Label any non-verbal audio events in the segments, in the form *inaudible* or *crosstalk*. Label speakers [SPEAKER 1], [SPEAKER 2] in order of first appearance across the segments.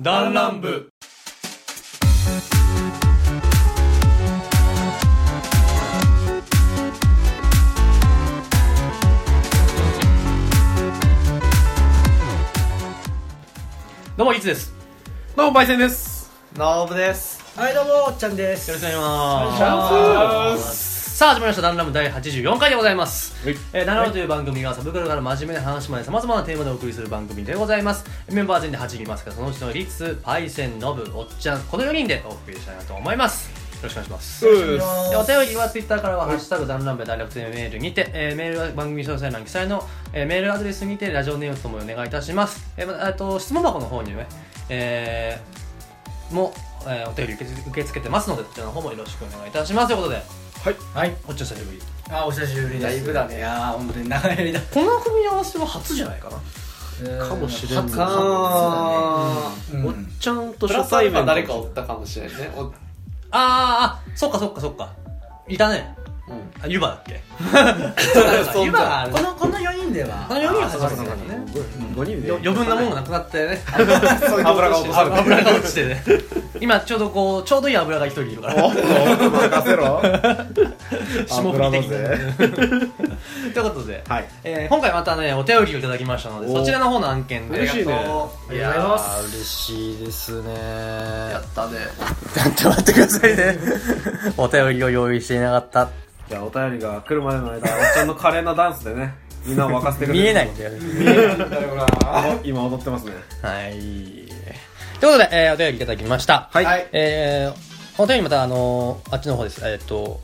[SPEAKER 1] ダンラン部どうもいつです
[SPEAKER 2] どうも、焙煎です。
[SPEAKER 3] ノブです。
[SPEAKER 4] はいどうもおっちゃんです
[SPEAKER 1] よろしくお願いし
[SPEAKER 4] お願いし
[SPEAKER 1] ま
[SPEAKER 4] ますす
[SPEAKER 1] さあ始まりました「ダンラム第84回」でございます
[SPEAKER 2] はい
[SPEAKER 1] 「えーダンラム」という番組はサブカルから真面目な話までさまざまなテーマでお送りする番組でございますメンバー全員で8人いますがそのうちのリツパイセンノブおっちゃんこの4人でお送りしたいなと思いますよろしくお願いします
[SPEAKER 2] うす。
[SPEAKER 1] でお便りはツイッターからは「ハッシュタグダンランベダイレクトメール」にて、えーメールは番組詳細欄記載の、えーメールアドレスにてラジオネームともお願いいたします、えーまああと質問箱の方にね、えーも、えーお便り受け付受け付けてますのでこちらの方もよろしくお願いいたしますということで
[SPEAKER 2] はい
[SPEAKER 1] はいおっちゃん久しぶり
[SPEAKER 4] あお久しぶりです
[SPEAKER 3] だいぶだね
[SPEAKER 4] いやー本当に長い間
[SPEAKER 1] この組み合わせは初じゃないかな
[SPEAKER 2] かもしれん
[SPEAKER 4] 初
[SPEAKER 2] な
[SPEAKER 3] あ
[SPEAKER 4] う
[SPEAKER 2] おっ
[SPEAKER 4] ん
[SPEAKER 2] ちゃんと
[SPEAKER 3] プラ
[SPEAKER 2] 初
[SPEAKER 3] スア
[SPEAKER 2] 対
[SPEAKER 3] ルファ
[SPEAKER 2] 面。
[SPEAKER 3] 誰かおったかもしれんね。お
[SPEAKER 1] あーあそっかそっかそっかいたね
[SPEAKER 3] うん
[SPEAKER 1] あ湯葉だっ *laughs* け
[SPEAKER 3] そう
[SPEAKER 1] 湯葉がある
[SPEAKER 4] このこの4人では
[SPEAKER 1] この4人は
[SPEAKER 4] あ
[SPEAKER 1] 初
[SPEAKER 4] ー
[SPEAKER 1] め
[SPEAKER 4] そ
[SPEAKER 1] てだ
[SPEAKER 4] うか
[SPEAKER 1] から
[SPEAKER 4] そう
[SPEAKER 1] ね
[SPEAKER 2] 五人で。
[SPEAKER 1] よ余分なもんがなくなってね
[SPEAKER 3] 油が落ちる。
[SPEAKER 1] 油が落ちてね今ちょうどこうちょうどいい油が一人いるから
[SPEAKER 2] おっと、任せろ。
[SPEAKER 1] 霜降り的にということで、
[SPEAKER 2] はい。
[SPEAKER 1] えー今回またねお便りをいただきましたので
[SPEAKER 2] お
[SPEAKER 1] そちらの方の案件で
[SPEAKER 2] 嬉しいね。
[SPEAKER 4] ありがとうございます
[SPEAKER 5] 嬉しいですね
[SPEAKER 1] やったね
[SPEAKER 5] ちょっと待ってください
[SPEAKER 1] *laughs*
[SPEAKER 5] ねお便りを用意していなかった
[SPEAKER 2] じゃあ、お便りが来るまでの間、おっちゃんの華麗なダンスでね、みんなを沸かせてくれる。
[SPEAKER 5] 見え
[SPEAKER 2] *laughs*
[SPEAKER 5] ないんだよね
[SPEAKER 2] あ。今踊ってますね。
[SPEAKER 1] はいということで、えーお便りいただきました
[SPEAKER 2] はい
[SPEAKER 3] はい。
[SPEAKER 1] えー、お便りまたあのーあっちの方ですえーっと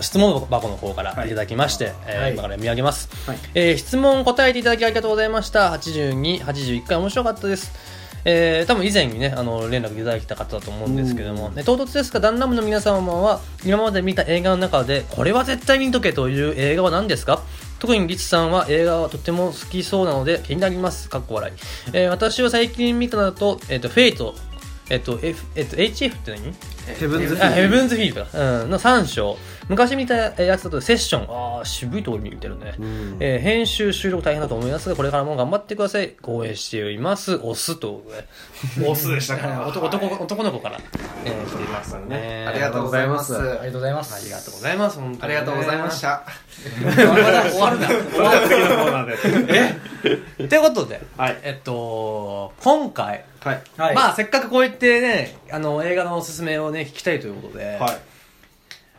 [SPEAKER 1] 質問箱の方からいただきまして、えー
[SPEAKER 4] はい
[SPEAKER 1] 今から読み上げます、
[SPEAKER 2] はい
[SPEAKER 1] えー質問答えていただきありがとうございました8281回面白かったですえー、多分以前にねあの連絡いただいた方だと思うんですけども、ね、唐突ですがダンラムの皆様は今まで見た映画の中でこれは絶対見とけという映画は何ですか特にリツさんは映画はとても好きそうなので気になりますかっこ笑い、えー私は最近見たのだと,、えー、とフェイトえっと、F えっと、HF って何
[SPEAKER 2] ヘブンズフィ
[SPEAKER 1] あ
[SPEAKER 2] ー
[SPEAKER 1] ヘブンズフィールドだ、うん、の3章昔見たやつだとセッションああ渋いところに見てるね、えー編集収録大変だと思いますがこれからも頑張ってください応援していますオスと
[SPEAKER 3] オスでした
[SPEAKER 1] あ *laughs* 男男男の子から、えー、来ていますねね
[SPEAKER 3] ありがとうございます。
[SPEAKER 5] あり
[SPEAKER 4] ありがとうございます
[SPEAKER 1] ありがとうございます本当にね
[SPEAKER 3] ありがとうございました。
[SPEAKER 1] 終わるな
[SPEAKER 2] これが次のコーナーで。
[SPEAKER 1] *laughs*
[SPEAKER 2] え
[SPEAKER 1] ということで、
[SPEAKER 2] はい
[SPEAKER 1] えっと今回、
[SPEAKER 2] はい。
[SPEAKER 4] はい
[SPEAKER 1] まあせっかくこうやってねあの映画のおすすめをね聞きたいということで、
[SPEAKER 2] はい。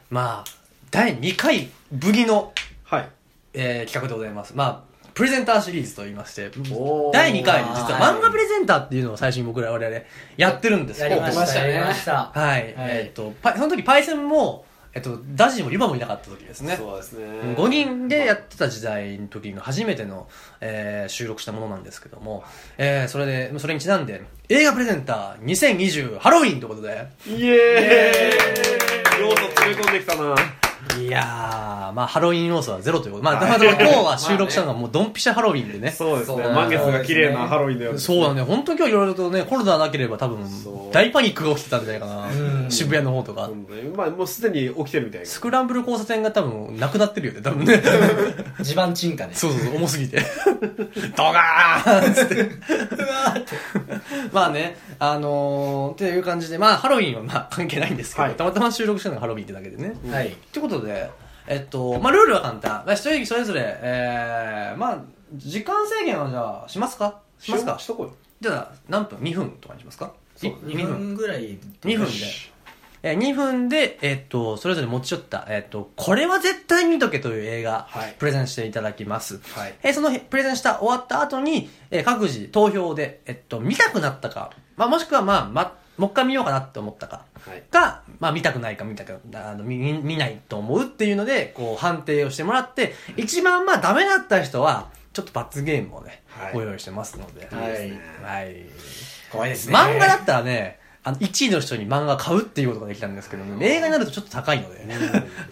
[SPEAKER 1] まあ第2回ぶりの
[SPEAKER 2] はい。
[SPEAKER 1] えー企画でございます。まあ、プレゼンターシリーズと言いまして、
[SPEAKER 2] おー
[SPEAKER 1] 第2回、実は
[SPEAKER 4] はい
[SPEAKER 1] 漫画プレゼンターっていうのを最初に僕ら我々やってるんです
[SPEAKER 4] やりま
[SPEAKER 3] お来ま
[SPEAKER 4] し
[SPEAKER 3] したたね
[SPEAKER 4] やりました
[SPEAKER 1] はい。
[SPEAKER 4] はい
[SPEAKER 1] えっ、と、パイその時パイセンも、えっ、と、ダジもリバもいなかった時ですね。
[SPEAKER 2] そうですね。
[SPEAKER 1] 5人でやってた時代の時の初めての、えー収録したものなんですけども、えーそれで、それにちなんで、映画プレゼンター2020ハロウィンということで、
[SPEAKER 2] イエーイ要素詰め込んできたな。
[SPEAKER 1] いやー、まあハロウィン要素はゼロということで、まあ、たまたま今日は収録したのがもうドンピシャハロウィンでね。
[SPEAKER 2] そうですね。
[SPEAKER 3] そう
[SPEAKER 2] 満月が綺麗なハロウィンだよ。
[SPEAKER 1] そうだね、本当に今日いろいろとね、コロナなければ多分
[SPEAKER 2] そう、
[SPEAKER 1] 大パニックが起きてたんじゃないかな。
[SPEAKER 4] ん
[SPEAKER 1] 渋谷の方とか
[SPEAKER 2] う。んまあ、もうすでに起きてるみたいな。
[SPEAKER 1] スクランブル交差点が多分、なくなってるよね、多分ね。
[SPEAKER 4] 地盤沈下ね
[SPEAKER 1] そうそうそう、重すぎ
[SPEAKER 2] *laughs*
[SPEAKER 1] て。ドガーンっつって。まあね、あのー、っていう感じで、まあハロウィンはまあ関係ないんですけど、
[SPEAKER 2] はい
[SPEAKER 1] たまたま収録したのがハロウィンってだけでね。
[SPEAKER 4] はい
[SPEAKER 1] ということで、えっと、まあルールは簡単。まあ、正直それぞれ、えー、まあ、時間制限はじゃあ、しますかしますか
[SPEAKER 2] しとこうよ。
[SPEAKER 1] じゃあ、何分 ?2 分とかにしますか
[SPEAKER 2] そう
[SPEAKER 1] い
[SPEAKER 4] 2分ぐらい
[SPEAKER 1] 2分で。えー、2分で、えーっと、それぞれ持ち寄った、えーっと、これは絶対見とけという映画、
[SPEAKER 2] はい
[SPEAKER 1] プレゼンしていただきます。
[SPEAKER 2] はい
[SPEAKER 1] えーそのへプレゼンした終わった後に、えー各自投票で、えーっと、見たくなったか、まあ、もしくは、まあ、ま、もう一回見ようかなって思ったか、
[SPEAKER 2] はい
[SPEAKER 1] が、まあ、見たくないか見たくあの見、見見ないと思うっていうので、こう、判定をしてもらって、一番、まあ、ダメだった人は、ちょっと罰ゲームをね、
[SPEAKER 2] はい
[SPEAKER 1] ご用意してますので。
[SPEAKER 4] はい
[SPEAKER 1] はい
[SPEAKER 4] 怖いですね
[SPEAKER 1] 漫画だったらね、あの、1位の人に漫画買うっていうことができたんですけどね、映画になるとちょっと高いので、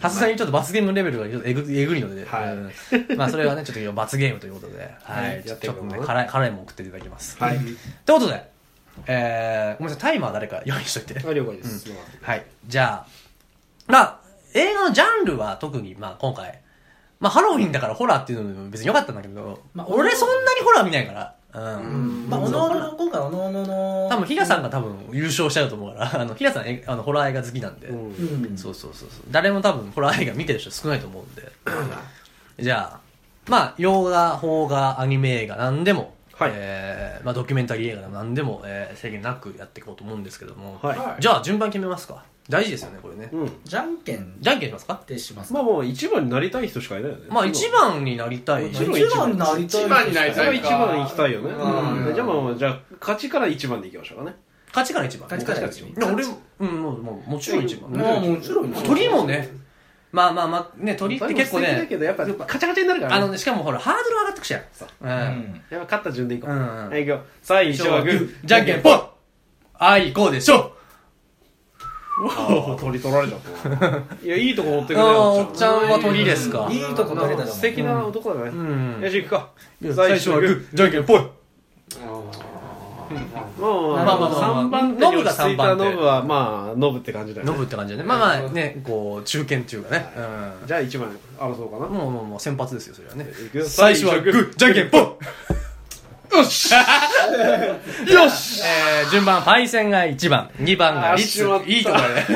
[SPEAKER 1] さすがにちょっと罰ゲームレベルがちょっとえぐえぐいので、
[SPEAKER 2] はい
[SPEAKER 1] うんまあそれはね、ちょっと今罰ゲームということで、は
[SPEAKER 2] はい
[SPEAKER 1] い、ち
[SPEAKER 2] や
[SPEAKER 1] ょ
[SPEAKER 2] っ
[SPEAKER 1] ってと
[SPEAKER 2] いこ
[SPEAKER 1] ね、
[SPEAKER 2] う
[SPEAKER 1] 辛い、辛いもん送っていただきます。
[SPEAKER 2] はい。
[SPEAKER 1] ということで、えー、ごめんなさい、タイマー誰か用意しといて。
[SPEAKER 2] あ了解です。
[SPEAKER 1] はい、じゃあ、まあ、映画のジャンルは特に、まあ今回、まあハロウィンだからホラーっていうのも別に良かったんだけど、
[SPEAKER 4] まあ
[SPEAKER 1] 俺そんなにホラー見ないから、
[SPEAKER 5] うん。
[SPEAKER 4] まあ、おのおのの、今回おのおのの。
[SPEAKER 1] 多分、ヒラさんが多分優勝しちゃうと思うから、あ *laughs* の、ヒラさんえ、あの、ホラー映画好きなんで、
[SPEAKER 2] うん
[SPEAKER 4] うん。
[SPEAKER 1] そうそうそうそう。誰も多分ホラー映画見てる人少ないと思うんで。じゃあ、まあ、洋画、邦画、アニメ映画、なんでも、
[SPEAKER 2] はい
[SPEAKER 1] えーまあ、ドキュメンタリー映画でもなんでも、えー制限なくやっていこうと思うんですけども、
[SPEAKER 2] は
[SPEAKER 1] じゃあ、順番決めますか。大事ですよね、これね
[SPEAKER 2] い。。うん。
[SPEAKER 4] じゃんけんっ
[SPEAKER 1] じゃんけんしますか
[SPEAKER 4] てします。
[SPEAKER 2] まあもう一番になりたい人しかいないよね。
[SPEAKER 1] まあ、一番になりたい。
[SPEAKER 2] 一番
[SPEAKER 4] になりたい。
[SPEAKER 3] 一番になり
[SPEAKER 2] そ
[SPEAKER 3] た
[SPEAKER 2] れ
[SPEAKER 3] い
[SPEAKER 2] は一番行きたいよね。
[SPEAKER 3] うん
[SPEAKER 2] うんじゃあまあ、じゃあ、勝ちから一番でいきましょうかね。
[SPEAKER 1] 勝ちから一番。
[SPEAKER 4] 勝ちから一番
[SPEAKER 1] いや、俺も、うん、もう、もうもちろん一番。
[SPEAKER 4] まあ、もちろん。
[SPEAKER 1] 鳥もね、まあまあまあ、ね、鳥って結構
[SPEAKER 2] それも素敵だ
[SPEAKER 1] ね、
[SPEAKER 2] けど、やっぱ、カチャカチャになるか
[SPEAKER 1] あ
[SPEAKER 2] ら
[SPEAKER 1] の
[SPEAKER 2] ね。
[SPEAKER 1] ね、しかもほら、ハードル上がってくしゃん。う。
[SPEAKER 4] うんん。
[SPEAKER 2] やっぱ勝った順でいこう。
[SPEAKER 1] うん
[SPEAKER 2] はい、行くよ。最初はグー。
[SPEAKER 1] じゃんけんぽんあいこうでしょ
[SPEAKER 2] あー鳥取られちゃ
[SPEAKER 1] *laughs*
[SPEAKER 2] った。いや、いいとこ持ってくね。
[SPEAKER 1] あー
[SPEAKER 2] お
[SPEAKER 1] お
[SPEAKER 2] っ
[SPEAKER 1] っ
[SPEAKER 2] ち
[SPEAKER 1] ち
[SPEAKER 2] ゃん
[SPEAKER 1] ゃんは鳥ですか。
[SPEAKER 4] いいとこ取れたじゃん。
[SPEAKER 2] 素敵な男だね。
[SPEAKER 1] うん
[SPEAKER 2] よ。し、行くか。
[SPEAKER 1] 最初はグー、じゃんけんぽん
[SPEAKER 2] もう、
[SPEAKER 1] まあまあまあ
[SPEAKER 2] 3番手
[SPEAKER 1] ノ
[SPEAKER 2] に
[SPEAKER 1] ブ
[SPEAKER 2] 落
[SPEAKER 1] が
[SPEAKER 2] ち着
[SPEAKER 1] 三
[SPEAKER 2] いた
[SPEAKER 1] 番手
[SPEAKER 2] ノブは、まあ、ノブって感じだよ
[SPEAKER 1] ノ
[SPEAKER 2] ね。
[SPEAKER 1] ブって感じだね。まあまあね、こう、中堅っていうかね。
[SPEAKER 2] じゃあ一番争そうか
[SPEAKER 1] うん。
[SPEAKER 2] な。
[SPEAKER 1] もうもうもう先発ですよ、それはね。
[SPEAKER 2] 行くよ
[SPEAKER 1] 最初はグー、じゃんけんぽんよ
[SPEAKER 2] *laughs*
[SPEAKER 1] しよしえー、順番、パイセンが1番、2番が
[SPEAKER 2] あ
[SPEAKER 1] リ
[SPEAKER 2] しまった
[SPEAKER 1] ッツ、いいとこだね。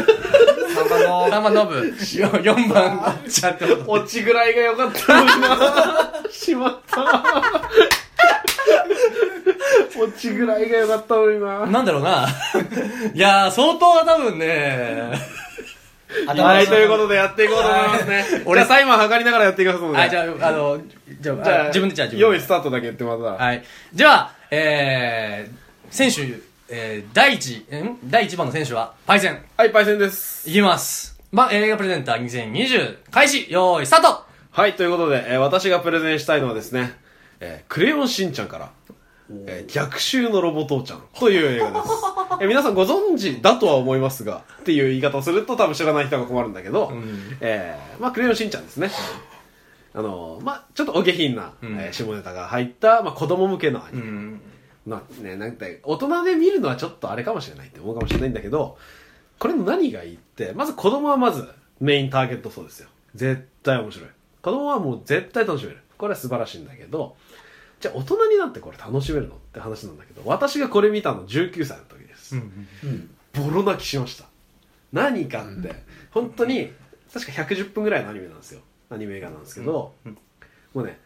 [SPEAKER 1] 3番ノブ、4番、ちゃんってこと
[SPEAKER 2] 落ちぐらいが良かったのになしまった落ちぐらいが良かったのにな
[SPEAKER 1] なんだろうな。 *laughs* いやー、相当は多分ね。
[SPEAKER 2] はい、ということでやっていこうと思いますね。俺、タイマー測りながらやっていきますので。
[SPEAKER 1] あ、じゃあ、あの、じゃあ、あ自分でじゃあ自分で。
[SPEAKER 2] 用意スタートだけ言ってまた。
[SPEAKER 1] はい。では、えー、選手、えー、第一、ん第一番の選手は、パイセン。
[SPEAKER 2] はい、パイセンです。
[SPEAKER 1] いきます。ま、映画プレゼンター2020、開始用意スタート
[SPEAKER 2] はい、ということで、えー私がプレゼンしたいのはですね、えークレヨンしんちゃんから、えー逆襲のロボ父ちゃんという映画です。えー皆さんご存知だとは思いますが、っていう言い方をすると多分知らない人が困るんだけど、えーまあ、クレヨンしんちゃんですね。あのーまあ、ちょっとお下品な、
[SPEAKER 1] ん
[SPEAKER 2] えー下ネタが入った、まあ、子供向けのアニメ。
[SPEAKER 1] ん。
[SPEAKER 2] まあね、なんて、大人で見るのはちょっとあれかもしれないって思うかもしれないんだけど、これの何がいいって、まず子供はまずメインターゲットそうですよ。絶対面白い。子供はもう絶対楽しめる。これは素晴らしいんだけど、じゃあ大人になってこれ楽しめるのって話なんだけど、私がこれ見たの19歳の時です。
[SPEAKER 4] うん。
[SPEAKER 2] ボロ泣きしました。何かって、本当に、確か110分ぐらいのアニメなんですよ。アニメ映画なんですけど、もうね、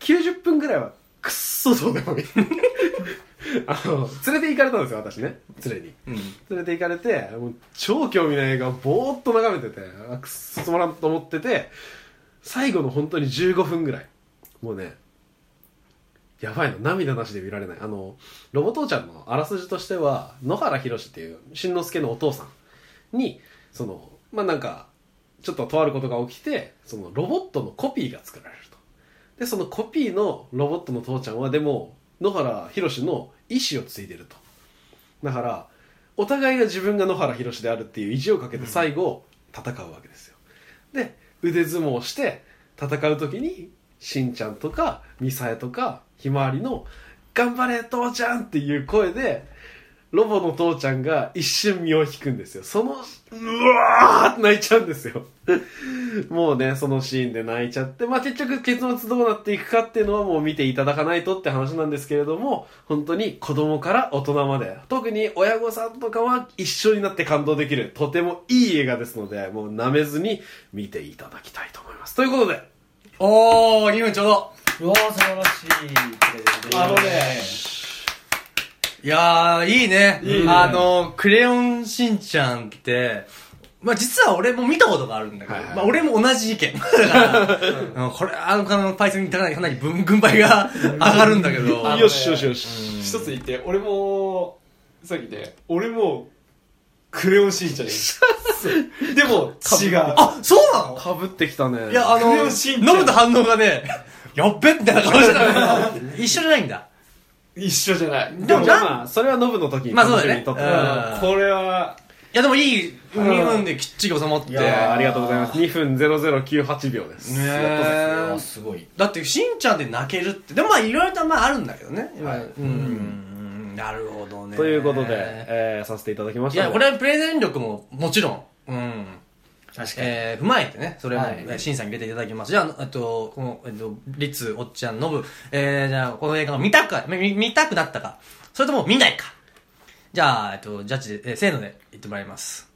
[SPEAKER 2] 90分ぐらいは、くっそどうで *laughs* もいい。あの、連れて行かれたんですよ、私ね。連れに。連れて行かれて、もう超興味ない映画をぼーっと眺めてて、あくっそつまらんと思ってて、最後の本当に15分ぐらい。もうね、やばいの、涙なしで見られない。あの、ロボ父ちゃんのあらすじとしては、野原宏っていう、しんのすけのお父さんに、その、まあ、なんか、ちょっととあることが起きて、そのロボットのコピーが作られると。で、そのコピーのロボットの父ちゃんは、でも、野原宏の意志を継いでると。だから、お互いが自分が野原宏であるっていう意地をかけて最後、戦うわけですよ。で、腕相撲をして、戦う時に、しんちゃんとか、みさえとか、ひまわりの、頑張れ、父ちゃんっていう声で、ロボの父ちゃんが一瞬身を引くんですよ。その、うわーって泣いちゃうんですよ。もうね、そのシーンで泣いちゃって、まあ、結局結末どうなっていくかっていうのはもう見ていただかないとって話なんですけれども、本当に子供から大人まで、特に親御さんとかは一緒になって感動できる、とてもいい映画ですので、もう舐めずに見ていただきたいと思います。ということで、
[SPEAKER 1] おー、2分ちょうど。
[SPEAKER 4] うわー、素晴らしいプレゼント。
[SPEAKER 2] あのね
[SPEAKER 1] いやー、いいね。
[SPEAKER 2] いいね
[SPEAKER 1] あの、クレヨンしんちゃんって、まあ実は俺も見たことがあるんだけど、
[SPEAKER 2] はいはい
[SPEAKER 1] まあ俺も同じ意見。だからうんこれ、あの、あのパイセンにかなりかなり軍軍配が上がるんだけど。
[SPEAKER 3] あのね
[SPEAKER 2] よしよしよし。
[SPEAKER 3] 一つ言って、俺も、さっきね、俺も、クレヨンしん *laughs* ちゃんです。でも、違う。
[SPEAKER 1] あ、そうなの
[SPEAKER 2] かぶってきたね。
[SPEAKER 1] いや、あの、
[SPEAKER 3] クレヨンしんちゃん
[SPEAKER 1] ノブの反応がね、やっべみたいな顔してたけど一緒じゃないんだ。
[SPEAKER 3] 一緒じゃない。
[SPEAKER 2] でも
[SPEAKER 1] でもな
[SPEAKER 2] まあ、それはノブの時に
[SPEAKER 1] まあそうだね
[SPEAKER 2] 楽しみにとって
[SPEAKER 1] うん
[SPEAKER 3] これは、
[SPEAKER 1] いや、でもいい、2分できっちり収まって。
[SPEAKER 4] い
[SPEAKER 2] いやーあ
[SPEAKER 1] だ
[SPEAKER 2] りがとうございます。2分0098秒です。
[SPEAKER 1] ねー
[SPEAKER 2] やっとです
[SPEAKER 4] あーすごい。
[SPEAKER 1] って、しんちゃんで泣けるって。でもまあ、いろいろとまああるんだけどね。
[SPEAKER 2] はい
[SPEAKER 1] うん。なるほどね。
[SPEAKER 2] ということで、えー、させていただきまし
[SPEAKER 1] い
[SPEAKER 2] たので。
[SPEAKER 1] や、これはプレゼン力ももちろん。うん。
[SPEAKER 4] 確かに。
[SPEAKER 1] えー踏まえてね、それも、
[SPEAKER 4] はい
[SPEAKER 1] えー審査に入れていただきます。じゃあ、えっと、この、えっと、リツ、おっちゃん、ノブ、えー、じゃあ、この映画が見たくか、みみ見たくなったか、それとも見ないか。じゃあ、えっと、ジャッジで、えーせーので言ってもらいます。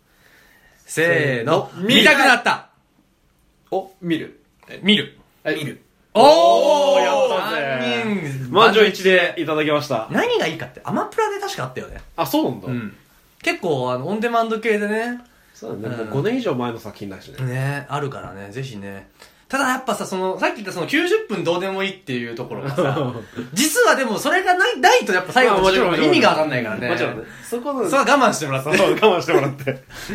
[SPEAKER 1] せーの、見たくなった
[SPEAKER 3] お見る
[SPEAKER 1] え見る。
[SPEAKER 3] 見る
[SPEAKER 1] おー
[SPEAKER 2] おーやったぜ
[SPEAKER 1] 3人
[SPEAKER 2] 満場一致でいただきました
[SPEAKER 1] 何がいいかって、アマプラで確かあったよね。
[SPEAKER 2] あそうなんだ、
[SPEAKER 1] うん。結構、あの、オンデマンド系でね、
[SPEAKER 2] そうだね、
[SPEAKER 1] うん
[SPEAKER 2] もう5年以上前の作品だしね、
[SPEAKER 1] ねあるからねぜひねただやっぱさそのさっき言ったその90分どうでもいいっていうところが
[SPEAKER 2] *laughs*
[SPEAKER 1] さ実はでもそれがないないとやっぱ最後
[SPEAKER 2] まあ
[SPEAKER 1] の
[SPEAKER 2] もちろ
[SPEAKER 1] 10
[SPEAKER 2] んもち
[SPEAKER 1] 分
[SPEAKER 2] ろん
[SPEAKER 1] 意味がわかんないからね
[SPEAKER 2] もちろんねそこの
[SPEAKER 1] それは我慢してもらった
[SPEAKER 2] そう我慢してもらって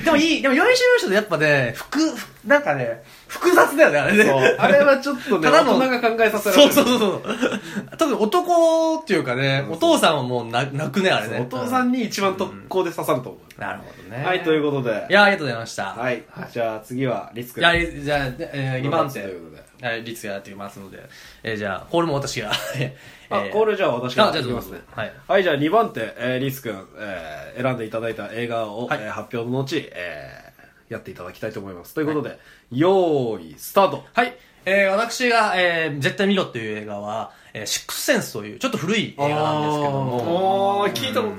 [SPEAKER 1] でもいいでも要所要所でやっぱね複なんかね複雑だよねあれ
[SPEAKER 2] そう
[SPEAKER 1] ね
[SPEAKER 2] あれはちょっとね
[SPEAKER 1] ただ
[SPEAKER 2] 大
[SPEAKER 1] の
[SPEAKER 2] 人が考えさせられ
[SPEAKER 1] そう
[SPEAKER 2] る
[SPEAKER 1] そうそうそう特に男っていうかねお父さんはもうな泣くねあれね
[SPEAKER 2] お父さ
[SPEAKER 1] うん
[SPEAKER 2] に一番特攻で刺さると思う、
[SPEAKER 1] なるほどね
[SPEAKER 2] はいということで
[SPEAKER 1] いやありがとうございました
[SPEAKER 2] はいじゃあ次はリツくん
[SPEAKER 1] じゃあじゃあ、え2番手
[SPEAKER 2] ということで
[SPEAKER 1] はい、律がやってきますので、えーじゃあ、コールも私が。 *laughs* え
[SPEAKER 2] あ、
[SPEAKER 1] ー
[SPEAKER 2] これじゃあ私から
[SPEAKER 1] あじゃあ
[SPEAKER 2] いきますね
[SPEAKER 1] どうぞはい
[SPEAKER 2] はいじゃあ2番手、えー、リス君、えー選んでいただいた映画を、
[SPEAKER 1] はい
[SPEAKER 2] えー発表の後、えーやっていただきたいと思いますということで、よーいスタート
[SPEAKER 1] はい、えー私が、えー絶対見ろっていう映画は、えーシックスセンスという、ちょっと古い映画なんですけども、
[SPEAKER 3] おー聞いたことある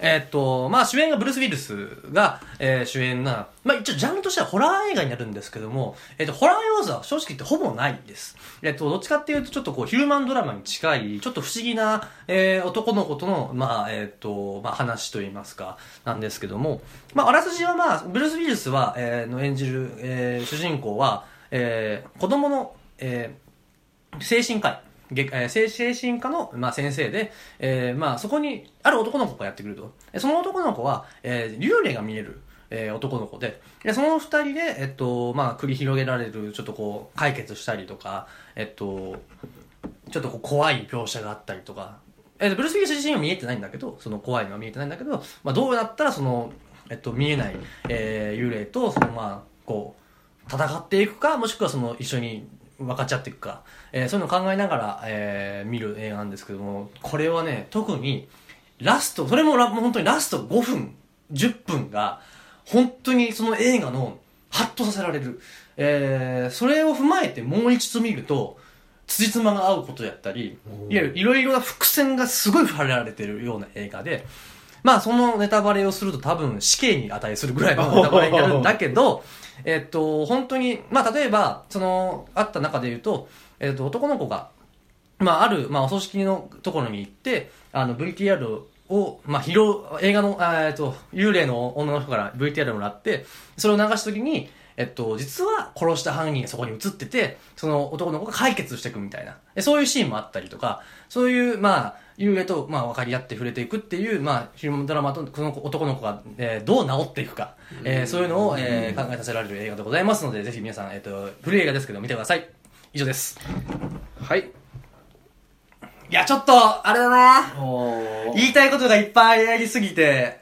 [SPEAKER 1] えーっと、まあ、主演がブルース・ウィルスが、えー主演な、まあ、一応ジャンルとしてはホラー映画になるんですけども、えーっと、ホラー要素は正直言ってほぼないです。えーっと、どっちかっていうと、ちょっとこう、ヒューマンドラマに近い、ちょっと不思議な、えー男の子との、まあ、えーっと、まあ、話といいますか、なんですけども、まあ、あらすじはまあ、ブルース・ウィルスは、えーの演じる、えー主人公は、えー子供の、えー精神科医。げえー精精神科の、まあ、先生で、えーまあ、そこにある男の子がやってくると。えその男の子は、えー幽霊が見える、えー男の子でで、その二人で、えっと、まあ、繰り広げられる、ちょっとこう、解決したりとか、えっと、ちょっとこう怖い描写があったりとか、えーブルース・ウィルス自身は見えてないんだけど、その怖いのは見えてないんだけど、まあ、どうやったらその、えっと、見えない、えー幽霊と、そのまあ、こう、戦っていくか、もしくはその一緒に分かっちゃっていくか、えーそういうのを考えながら、えー見る映画なんですけども、これはね、特に、ラスト、それもラもう本当にラスト5分、10分が、本当にその映画の、ハッとさせられる。えーそれを踏まえてもう一度見ると、辻褄が合うことやったり、いわゆるいろいろな伏線がすごい張られてるような映画で、まあそのネタバレをすると多分死刑に値するぐらいのネタバレになるんだけど、えっと、本当に、まあ例えば、その、あった中で言うと、えっと、男の子が、まあ、ある、まあ、お葬式のところに行って、あの、VTR を、まあ、披露、映画の、あーえっと、幽霊の女の人から VTR もらって、それを流すときに、えっと、実は殺した犯人がそこに映ってて、その男の子が解決していくみたいな。えそういうシーンもあったりとか、そういう、まあ、幽霊と、まあ、分かり合って触れていくっていう、まあ、ヒューマンドラマと、この男の子が、えーどう治っていくか、えーそういうのを、えー考えさせられる映画でございますので、ぜひ皆さん、えっと、古い映画ですけど、見てください。以上です。
[SPEAKER 2] はい
[SPEAKER 1] いや、ちょっと、あれだな
[SPEAKER 4] おー
[SPEAKER 1] 言いたいことがいっぱいありすぎて、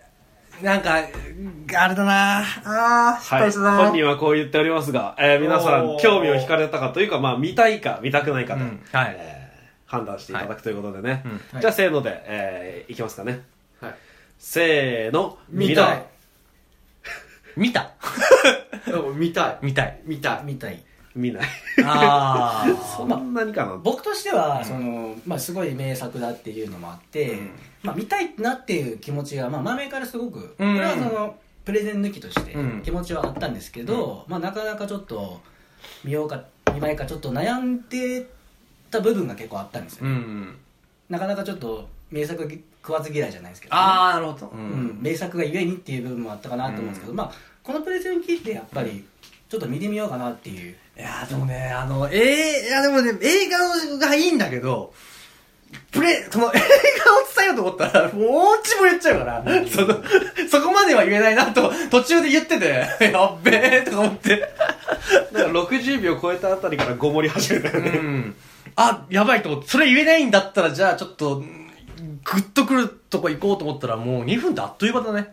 [SPEAKER 1] なんか、うんあれだなあー、失
[SPEAKER 2] はい、
[SPEAKER 1] 敗したな、
[SPEAKER 2] 本人はこう言っておりますが、えー皆さん
[SPEAKER 3] おー
[SPEAKER 2] 興味を惹かれたかというか、まあ、見たいか見たくないか
[SPEAKER 1] う
[SPEAKER 2] と、
[SPEAKER 1] ん、はい。
[SPEAKER 2] えー判断していただくということでね、
[SPEAKER 4] うん
[SPEAKER 2] じゃあせーので、えーいきますかね
[SPEAKER 3] はい
[SPEAKER 2] せーの
[SPEAKER 3] 見たい
[SPEAKER 1] 見た
[SPEAKER 3] 見たい
[SPEAKER 1] 見た
[SPEAKER 4] *laughs*
[SPEAKER 1] い。
[SPEAKER 3] 見たい
[SPEAKER 4] みたい。
[SPEAKER 2] 見ない
[SPEAKER 1] あ
[SPEAKER 2] そ
[SPEAKER 1] ー。
[SPEAKER 2] んなにかな
[SPEAKER 4] 僕としては、その、まあ、すごい名作だっていうのもあって、まあ、見たいなっていう気持ちが、まあ、前々からすごく、こ
[SPEAKER 1] うん
[SPEAKER 4] れはその、プレゼン抜きとして
[SPEAKER 1] うん
[SPEAKER 4] 気持ちはあったんですけど、まあ、なかなかちょっと、見ようか、見まいかちょっと悩んでた部分が結構あったんですよ
[SPEAKER 1] う。ん。
[SPEAKER 4] なかなかちょっと、名作が食わず嫌いじゃないですけど、
[SPEAKER 1] あー、なるほど。う
[SPEAKER 4] うん。名作がゆえにっていう部分もあったかなと思うんですけど、まあ、このプレゼン聞いて、やっぱり、ちょっと見てみようかなっていう。
[SPEAKER 1] いやーでもね、あの、えー、いやでもね、映画がいいんだけど、プレ、その映画を伝えようと思ったら、もうおうちも言っちゃうから、その、そこまでは言えないなと、途中で言ってて、やっべーとか思って。
[SPEAKER 2] *laughs* なんか60秒超えたあたりからごもり始めたよね、
[SPEAKER 1] うん。あ、やばいと思って、それ言えないんだったら、じゃあちょっと、うんグッとくるとこ行こうと思ったら、もう2分であっという間だね。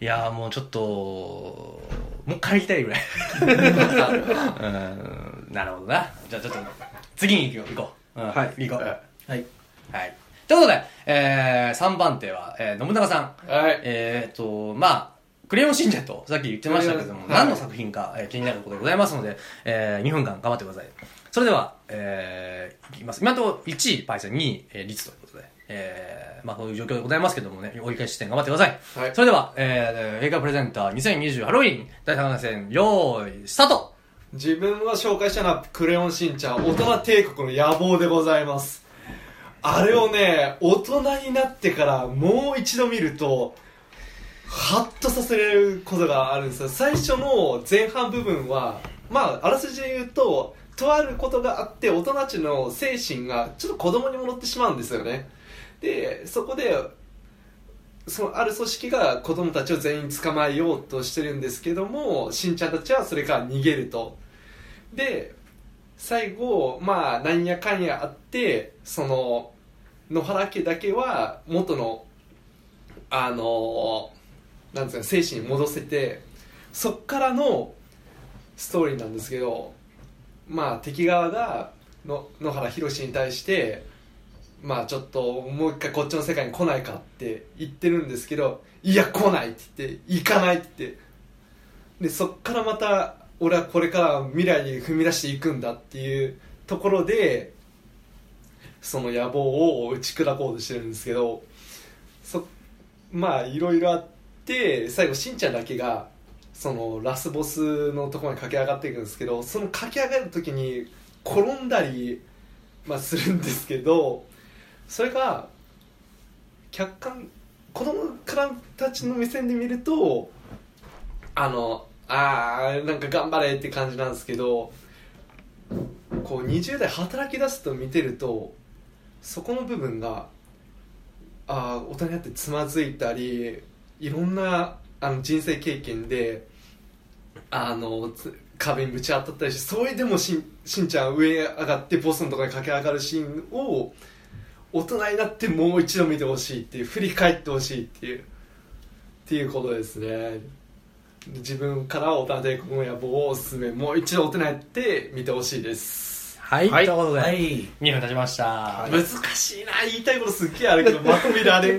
[SPEAKER 1] いやーもうちょっと、もう帰りたいぐらい。うん、なるほどな。じゃあちょっと、次に行くよ行こう。うん、
[SPEAKER 2] はい
[SPEAKER 1] 行こう。は
[SPEAKER 4] はい。
[SPEAKER 1] い。ということで、えー、3番手は、えー、信長さん。
[SPEAKER 3] はい
[SPEAKER 1] えーっと、まあ、クレヨンしんちゃんとさっき言ってましたけども、
[SPEAKER 3] はい
[SPEAKER 1] 何の作品か、えー気になることでございますので、えー2分間頑張ってください。それでは、えー、いきます。今のところ1位パイセン、2位、えー、リツということで、えー、まあそういう状況でございますけどもね、折り返し地点頑張ってください。
[SPEAKER 3] はい
[SPEAKER 1] それでは、えー、映画プレゼンター2020ハロウィン第3戦、用意、スタート
[SPEAKER 3] 自分は紹介したのは「クレヨンしんちゃん大人帝国の野望」でございますあれをね大人になってからもう一度見るとハッとさせられることがあるんですよ最初の前半部分はまああらすじで言うととあることがあって大人たちの精神がちょっと子供に戻ってしまうんですよねでそこでそのある組織が子供たちを全員捕まえようとしてるんですけどもしんちゃんたちはそれから逃げるとで最後まあなんやかんやあってその野原家だけは元のあのなんですか精神に戻せてそっからのストーリーなんですけどまあ敵側がの野原宏に対してまあちょっともう一回こっちの世界に来ないかって言ってるんですけどいや来ないって言って行かないって言ってでそっからまた俺はこれから未来に踏み出していくんだっていうところでその野望を打ち砕こうとしてるんですけどそまあいろいろあって最後しんちゃんだけがそのラスボスのところに駆け上がっていくんですけどその駆け上がる時に転んだり、まあ、するんですけどそれが客観子供からたちの目線で見るとあのあーなんか頑張れって感じなんですけどこう20代働き出すと見てるとそこの部分があー大人になってつまずいたりいろんなあの人生経験であのつ壁にぶち当たったりしてそれでもしんしんちゃん上へ上がってボスのところに駆け上がるシーンを大人になってもう一度見てほしいっていう振り返ってほしいっていうっていうことですね自分から大人帝国の野望をおすすめもう一度大人になって見てほしいです
[SPEAKER 1] はい、
[SPEAKER 2] はい
[SPEAKER 1] ということで、
[SPEAKER 4] はい
[SPEAKER 1] 2分経ちました。
[SPEAKER 3] 難しいな言いたいことすっげえあるけどまとめられ
[SPEAKER 1] い
[SPEAKER 3] ん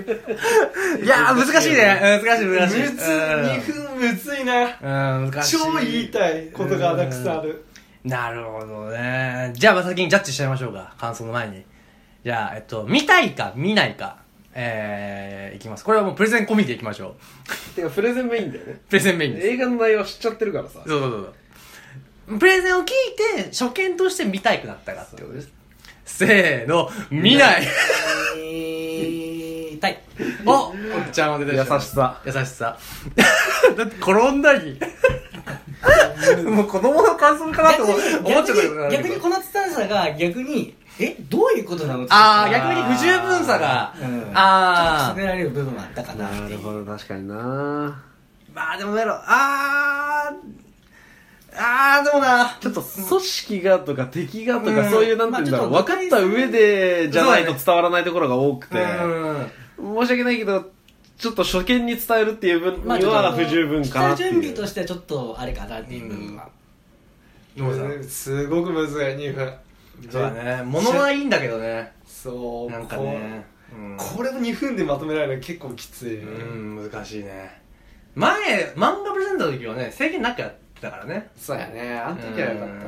[SPEAKER 1] やー、難しいね。うん難しい、*laughs*
[SPEAKER 3] む
[SPEAKER 1] 難し
[SPEAKER 3] ず
[SPEAKER 1] い。
[SPEAKER 3] 2分むずいな
[SPEAKER 1] うん、うん難しい。
[SPEAKER 3] 超言いたいことがたくさんある
[SPEAKER 1] なるほどね。じゃあ、先にジャッジしちゃいましょうか。感想の前に。じゃあ、えっと、見たいか、見ないか。えー、いきます。これはもうプレゼン込みでいきましょ
[SPEAKER 2] てかプレゼンメインだよね
[SPEAKER 1] う。プレゼンメインです。
[SPEAKER 2] *laughs* 映画の内容知っちゃってるからさ
[SPEAKER 1] そうそうそう。プレゼンを聞いて、初見として見たいくなったかってことです。せーの、見ない。
[SPEAKER 4] えー、痛
[SPEAKER 1] *laughs*
[SPEAKER 4] い
[SPEAKER 1] おおっちゃんは出て
[SPEAKER 2] 優しさ
[SPEAKER 1] 優しさ。だって転んだ
[SPEAKER 2] *laughs*
[SPEAKER 1] り。もう子供の感想かなと思思っちゃったけどな
[SPEAKER 4] 逆にこの伝えさが逆にえどういうことなの
[SPEAKER 1] あー逆に不十分さが
[SPEAKER 4] うん、
[SPEAKER 1] あー
[SPEAKER 4] ちょっとくすぐられる部分はあったかなっていう
[SPEAKER 2] ど確かにな
[SPEAKER 1] まあでもなんやろ、あー、あーでもな、
[SPEAKER 2] ちょっと組織がとか敵がと
[SPEAKER 1] う
[SPEAKER 2] か
[SPEAKER 1] ん
[SPEAKER 2] そういうなんていうんだろう
[SPEAKER 4] まあ
[SPEAKER 2] 分
[SPEAKER 4] ち
[SPEAKER 2] か
[SPEAKER 4] ょっ
[SPEAKER 2] っ
[SPEAKER 4] と
[SPEAKER 2] た上でじゃない
[SPEAKER 1] そう
[SPEAKER 2] と
[SPEAKER 1] だね
[SPEAKER 2] 伝わらないところが多くて
[SPEAKER 1] うん。
[SPEAKER 2] 申し訳ないけどちょっと初見に伝えるっていう分には不十分かなってい
[SPEAKER 4] 下
[SPEAKER 2] う
[SPEAKER 4] 準備としてはちょっとあれかなっていう部分は、
[SPEAKER 1] どうだ
[SPEAKER 3] うんすごくむずい2分
[SPEAKER 1] そうだね、物はいいんだけどね。
[SPEAKER 3] そう
[SPEAKER 1] なんかね。うん
[SPEAKER 3] こうこれも2分でまとめられるの結構きつい、
[SPEAKER 1] うん、難しいね。前、漫画プレゼントの時はね、制限なくやってたからね。
[SPEAKER 3] そうやねあの時はよかった、
[SPEAKER 1] うん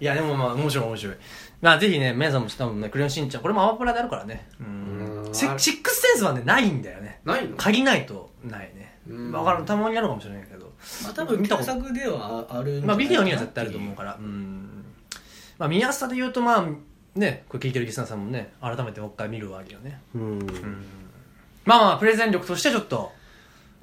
[SPEAKER 1] いや、でもまあ、面白い面白い。まあ、ぜひね、皆さんも多分ね、クレヨンしんちゃん、これもアマプラであるからね。うん
[SPEAKER 3] う。ん
[SPEAKER 1] シックシックスセンスはね、ないんだよね。
[SPEAKER 3] ないの
[SPEAKER 1] 限りないと、ないね。
[SPEAKER 3] うん
[SPEAKER 1] わからん、たまにあるかもしれないけど。
[SPEAKER 4] まあ多分
[SPEAKER 1] 見たこ
[SPEAKER 4] 検
[SPEAKER 1] と
[SPEAKER 4] 索ではあるんじゃないかなっていう
[SPEAKER 1] まあ、ビデオには絶対あると思うから。うん。まあ、見やすさで言うと、まあ、ね、これ聞いてるリスナーさんもね、改めてもう一回見るはあるよね。
[SPEAKER 2] うん
[SPEAKER 1] まあまあ、プレゼン力としてちょっと、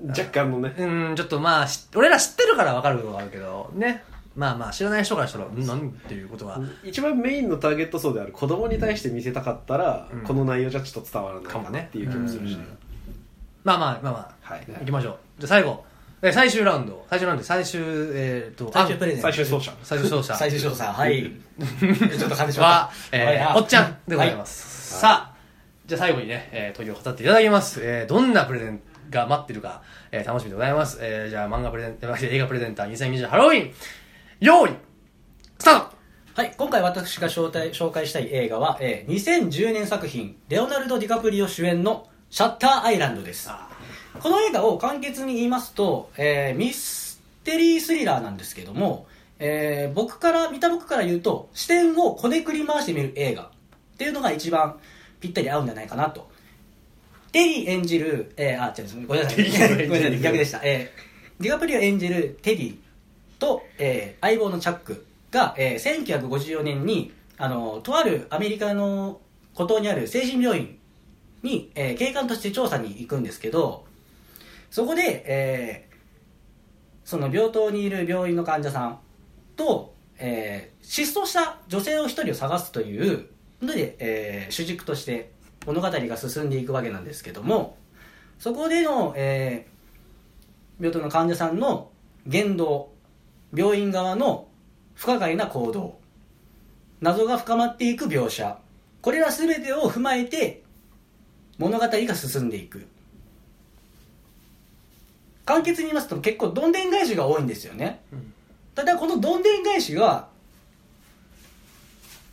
[SPEAKER 2] 若干のね
[SPEAKER 1] うん、ちょっとまあ、し俺ら知ってるからわかることがあるけど、ね。まあまあ、知らない人からしたら、んなんていうことは、
[SPEAKER 2] 一番メインのターゲット層である子供に対して見せたかったら、
[SPEAKER 1] うん
[SPEAKER 2] この内容じゃちょっと伝わらない
[SPEAKER 1] か
[SPEAKER 2] か
[SPEAKER 1] も
[SPEAKER 2] な
[SPEAKER 1] ね
[SPEAKER 2] っていう気もするし、
[SPEAKER 1] うんまあまあまあまあ、
[SPEAKER 2] はい
[SPEAKER 1] 行きましょう。じゃあ最後。え、最終ラウンド。最終ラウンド、最終、えー、と、
[SPEAKER 4] 最終プレ
[SPEAKER 1] ン。
[SPEAKER 4] ゼン
[SPEAKER 2] 最終走者
[SPEAKER 1] 最終勝者。
[SPEAKER 4] 最終調査はいちょっと噛
[SPEAKER 1] *laughs*
[SPEAKER 4] んでしま
[SPEAKER 1] は
[SPEAKER 4] っ、た、
[SPEAKER 1] えー、おっちゃんでございますす。さあ、じゃあ最後にね、えー、問いを語っていただきます。えー、どんなプレゼンが待ってるか、えー、楽しみでございます。えー、じゃあ漫画プレゼン、じゃなくて映画プレゼンター2020ハロウィン、用意、スタート
[SPEAKER 4] はいはい今回私が紹介紹介したい映画は、えー、2010年作品レオナルド・ディカプリオ主演の「シャッターアイランド」ですこの映画を簡潔に言いますと、えーミステリースリラーなんですけども、えー僕から見た僕から言うと視点をこねくり回して見る映画っていうのが一番ぴったり合うんじゃないかなとテリー演じる、えー、あ違うごめんなさいごめんなさい逆でした、えーディカプリオ演じるテリーと、えー相棒のチャックが、えー1954年にあのとあるアメリカの孤島にある精神病院に、えー警官として調査に行くんですけどそこで、えーその病棟にいる病院の患者さんと、えー失踪した女性を一人を探すというので、えー主軸として物語が進んでいくわけなんですけどもそこでの、えー病棟の患者さんの言動病院側の不可解な行動謎が深まっていく描写これら全てを踏まえて物語が進んでいく簡潔に言いますと結構どんでん返しが多いんですよね、ただこのどんでん返しが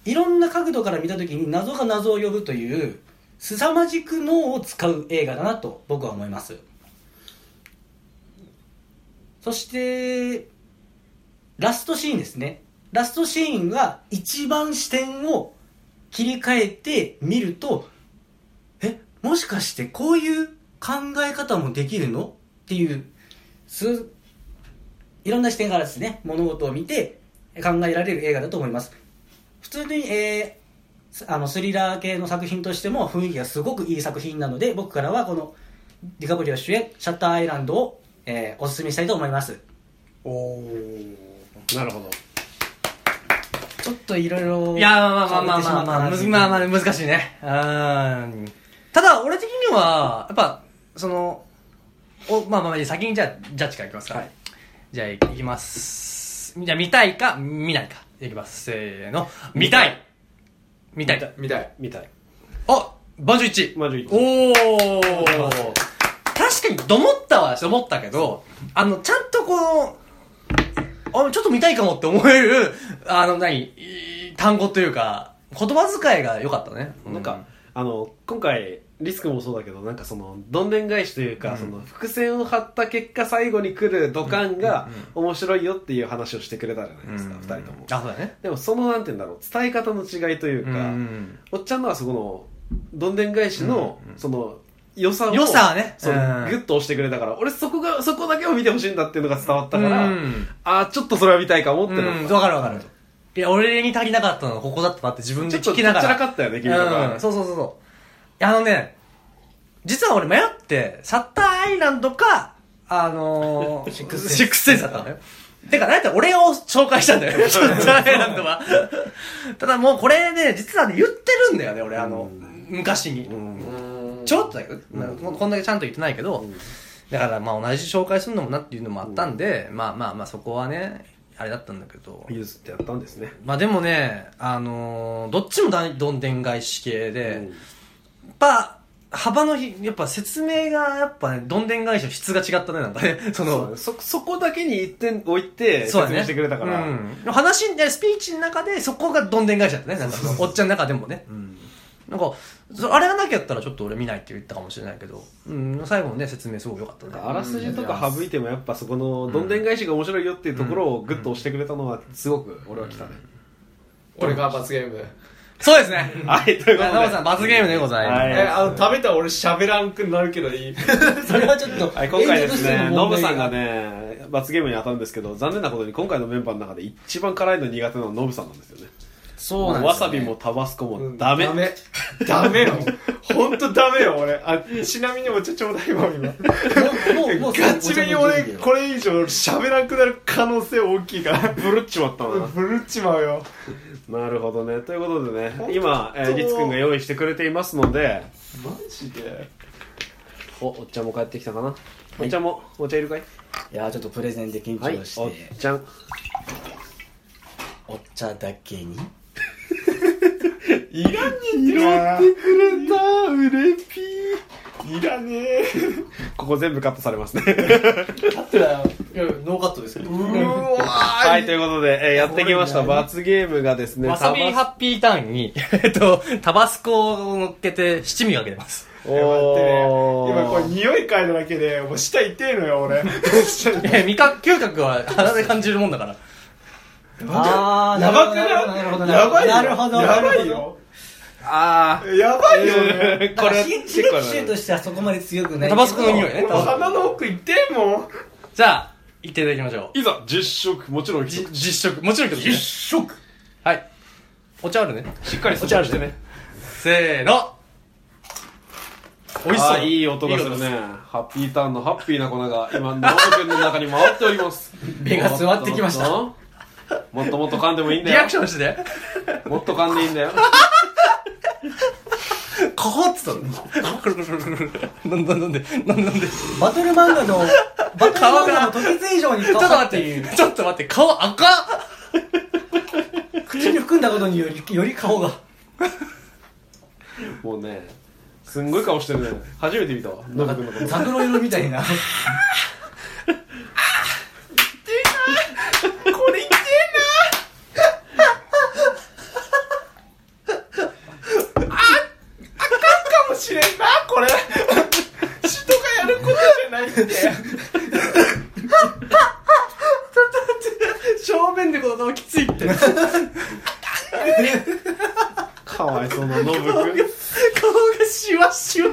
[SPEAKER 4] いろんな角度から見た時に謎が謎を呼ぶという凄まじく脳を使う映画だなと僕は思いますそしてラストシーンですねラストシーンが一番視点を切り替えて見るとえもしかしてこういう考え方もできるのっていうすいろんな視点からですね物事を見て考えられる映画だと思います普通に、えーすあのスリラー系の作品としても雰囲気がすごくいい作品なので僕からはこのディカプリオ主演「シャッターアイランドを」えーおすすめしたいと思います
[SPEAKER 2] おおなるほど
[SPEAKER 4] ちょっといろいろ
[SPEAKER 1] いやまあまあまあまあまあ、まあ、まあまあ難しいね。うーん。ただ、俺的には、やっぱ、その、お、まあまあまあ、先にじゃあ、ジャッジからいきますか。じゃあ、いきます。じゃあ、見たいか、見ないか。いきます。せーの。見たい見たい。
[SPEAKER 3] 見たい
[SPEAKER 2] みたい
[SPEAKER 1] あバンジョー一致
[SPEAKER 2] バンジョー一致
[SPEAKER 1] おー確かに、どもったは、どもったけど、あの、ちゃんとこの、あ、ちょっと見たいかもって思える、あの、何、いい単語というか、言葉遣いが良かったね。
[SPEAKER 2] なんか、あの今回リスクもそうだけどなんかそのどんでん返しというか、その伏線を張った結果最後に来る土管が面白いよっていう話をしてくれたじゃないですか、
[SPEAKER 1] うん
[SPEAKER 2] 二人とも
[SPEAKER 1] あ、そうだね。
[SPEAKER 2] でもそのなんて言うんだろう伝え方の違いというか、
[SPEAKER 1] うん
[SPEAKER 2] おっちゃんのはそこのどんでん返しの、その良さを
[SPEAKER 1] 良さはね
[SPEAKER 2] そう
[SPEAKER 1] うん
[SPEAKER 2] グッと押してくれたから俺そこがそこだけを見てほしいんだっていうのが伝わった
[SPEAKER 1] だ
[SPEAKER 2] か、
[SPEAKER 1] からら、
[SPEAKER 2] ああちょっとそれは見たいかもって
[SPEAKER 1] う
[SPEAKER 2] のが
[SPEAKER 1] ん、わかるわかる。いや、俺に足りなかったのはここだったなって自分
[SPEAKER 2] ち
[SPEAKER 1] で
[SPEAKER 2] ょっと
[SPEAKER 1] 聞
[SPEAKER 2] ど
[SPEAKER 1] き
[SPEAKER 2] ち
[SPEAKER 1] な
[SPEAKER 2] ら
[SPEAKER 1] がら。
[SPEAKER 2] かったよね君とか、
[SPEAKER 1] うん、そうそうそうそういやあのね実は俺迷ってシャッターアイランドかあのー、シックスセンスだったのよてか、なんやったら俺を紹介したんだ *laughs* よね、シャッターアイランドは。ただもうこれね、実はね、言ってるんだよね、俺、あの、昔に。ちょっとだけど、まあここんだけちゃんと言ってないけど、だからまあ同じ紹介するのもなっていうのもあったんで、まあまあまあそこはね、あれだったんだけど。
[SPEAKER 2] ユースってやったんですね、
[SPEAKER 1] まあでもね、あのーどっちもだどんでん返し系で、
[SPEAKER 2] うん
[SPEAKER 1] やっぱ、幅のひ、やっぱ説明が、やっぱね、どんでん返しの質が違ったね、なんか
[SPEAKER 2] *laughs*
[SPEAKER 1] ね。そ
[SPEAKER 2] そう
[SPEAKER 1] の、
[SPEAKER 2] ねそそこだけに一点置いて説
[SPEAKER 1] そうだ
[SPEAKER 2] 明
[SPEAKER 1] ね。
[SPEAKER 2] してくれたから、
[SPEAKER 1] うん。話で、スピーチの中で、そこがどんでん返しだったね、なんか、おっちゃんの中でもね。なんか、そあれがなきゃったらちょっと俺見ないって言ったかもしれないけど、うん、最後のね、説明すごく良かったね。
[SPEAKER 2] あらすじとか省いてもやっぱそこのどんでん返しが面白いよっていうところをグッと押してくれたのはすごく俺は来たね、
[SPEAKER 3] 俺が罰ゲーム
[SPEAKER 1] そうですね。
[SPEAKER 2] はいということで
[SPEAKER 1] ナモさん、罰ゲームでございます。
[SPEAKER 2] はい
[SPEAKER 3] えあの食べたら俺喋らんくなるけどいい
[SPEAKER 4] それはちょっと、
[SPEAKER 2] はい、今回ですね、
[SPEAKER 4] 演者としての
[SPEAKER 2] ノ
[SPEAKER 4] 問
[SPEAKER 2] ブ
[SPEAKER 4] 題
[SPEAKER 2] さんがね、罰ゲームに当たるんですけど、残念なことに今回のメンバーの中で一番辛いの苦手なのはノブさんなんですよね。
[SPEAKER 4] そうなんですよね
[SPEAKER 2] わさびもタバスコも *laughs* ダメ。
[SPEAKER 3] ダメダメよ本当ダメよ俺あちなみにお茶ちょうだいもん今
[SPEAKER 4] もう、もう、もう、
[SPEAKER 3] ガチめに俺
[SPEAKER 4] もう
[SPEAKER 3] これ以上喋らんくなる可能性大きいから
[SPEAKER 2] ブルっちまったな。
[SPEAKER 3] ブルっちまうよ
[SPEAKER 2] なるほどね。ということでね、今、えー、リツくんが用意してくれていますので、
[SPEAKER 3] マジで
[SPEAKER 2] お、おっちゃんも帰ってきたかな。お茶も、お茶いるかい
[SPEAKER 4] いやーちょっとプレゼンで緊
[SPEAKER 2] はい、お
[SPEAKER 4] 張
[SPEAKER 2] っ
[SPEAKER 4] して、
[SPEAKER 2] ちゃん。
[SPEAKER 4] お茶だけに
[SPEAKER 3] いらねえいらってくれたうれぴーいらねえ
[SPEAKER 2] *laughs* ここ全部カットされ
[SPEAKER 3] *laughs*
[SPEAKER 2] ますね。
[SPEAKER 4] だってだよノーカットですけど
[SPEAKER 3] うーわー
[SPEAKER 2] はい、ということで、えーやってきました罰ゲームがですね、
[SPEAKER 1] わさび
[SPEAKER 2] タバス
[SPEAKER 1] *laughs* ハッピーターンに、えっと、タバスコを乗っけて七味をかけてます。
[SPEAKER 3] でもやってね
[SPEAKER 2] おー
[SPEAKER 3] 今これ匂い嗅いだだけでもう舌痛いのよ俺
[SPEAKER 1] いや味覚嗅覚は鼻で感じるもんだから
[SPEAKER 4] あ
[SPEAKER 3] *laughs*
[SPEAKER 4] あ
[SPEAKER 3] やばくない
[SPEAKER 4] なるほど
[SPEAKER 3] やばいよ
[SPEAKER 4] なるほど
[SPEAKER 3] やば
[SPEAKER 4] なる
[SPEAKER 3] い
[SPEAKER 4] ほど
[SPEAKER 3] よ
[SPEAKER 2] *laughs*
[SPEAKER 1] あ
[SPEAKER 3] やばいよね
[SPEAKER 4] だから新刺激臭としてはそこまで強くない
[SPEAKER 1] タバスコの匂いね
[SPEAKER 3] 俺も鼻の奥痛いもん
[SPEAKER 1] じゃあ行っていただきましょ
[SPEAKER 2] いざ実食もちろん
[SPEAKER 1] うじ実食もちろんけど
[SPEAKER 4] 一色
[SPEAKER 1] はいお茶あるね
[SPEAKER 2] しっかり
[SPEAKER 1] お茶あるねせーの美味しそう
[SPEAKER 2] いい音がするねハッピーターンのハッピーな粉が今直人君の中に回っております
[SPEAKER 4] 目が座ってきました
[SPEAKER 2] もっともっと噛んでもいいんだ
[SPEAKER 1] リ
[SPEAKER 2] よ
[SPEAKER 1] アクションして
[SPEAKER 2] もっと噛んでいいんだよ
[SPEAKER 1] カホってたのくるくるくるくるなんでなんでなんでなんでち
[SPEAKER 4] バトル漫画のバトル漫画の時津以上にち
[SPEAKER 1] ょっと待ってちょっと待って顔赤っ
[SPEAKER 4] 口に含んだことによりより顔が
[SPEAKER 2] もうねすんごい顔してるね初めて見たわノブ君のこと
[SPEAKER 4] ザクロ色みたいな
[SPEAKER 3] かもしれんなこれ人がやることじゃないって
[SPEAKER 1] 正面でこの顔きついって
[SPEAKER 2] かわいそうなノブ君
[SPEAKER 1] 顔がシワシワ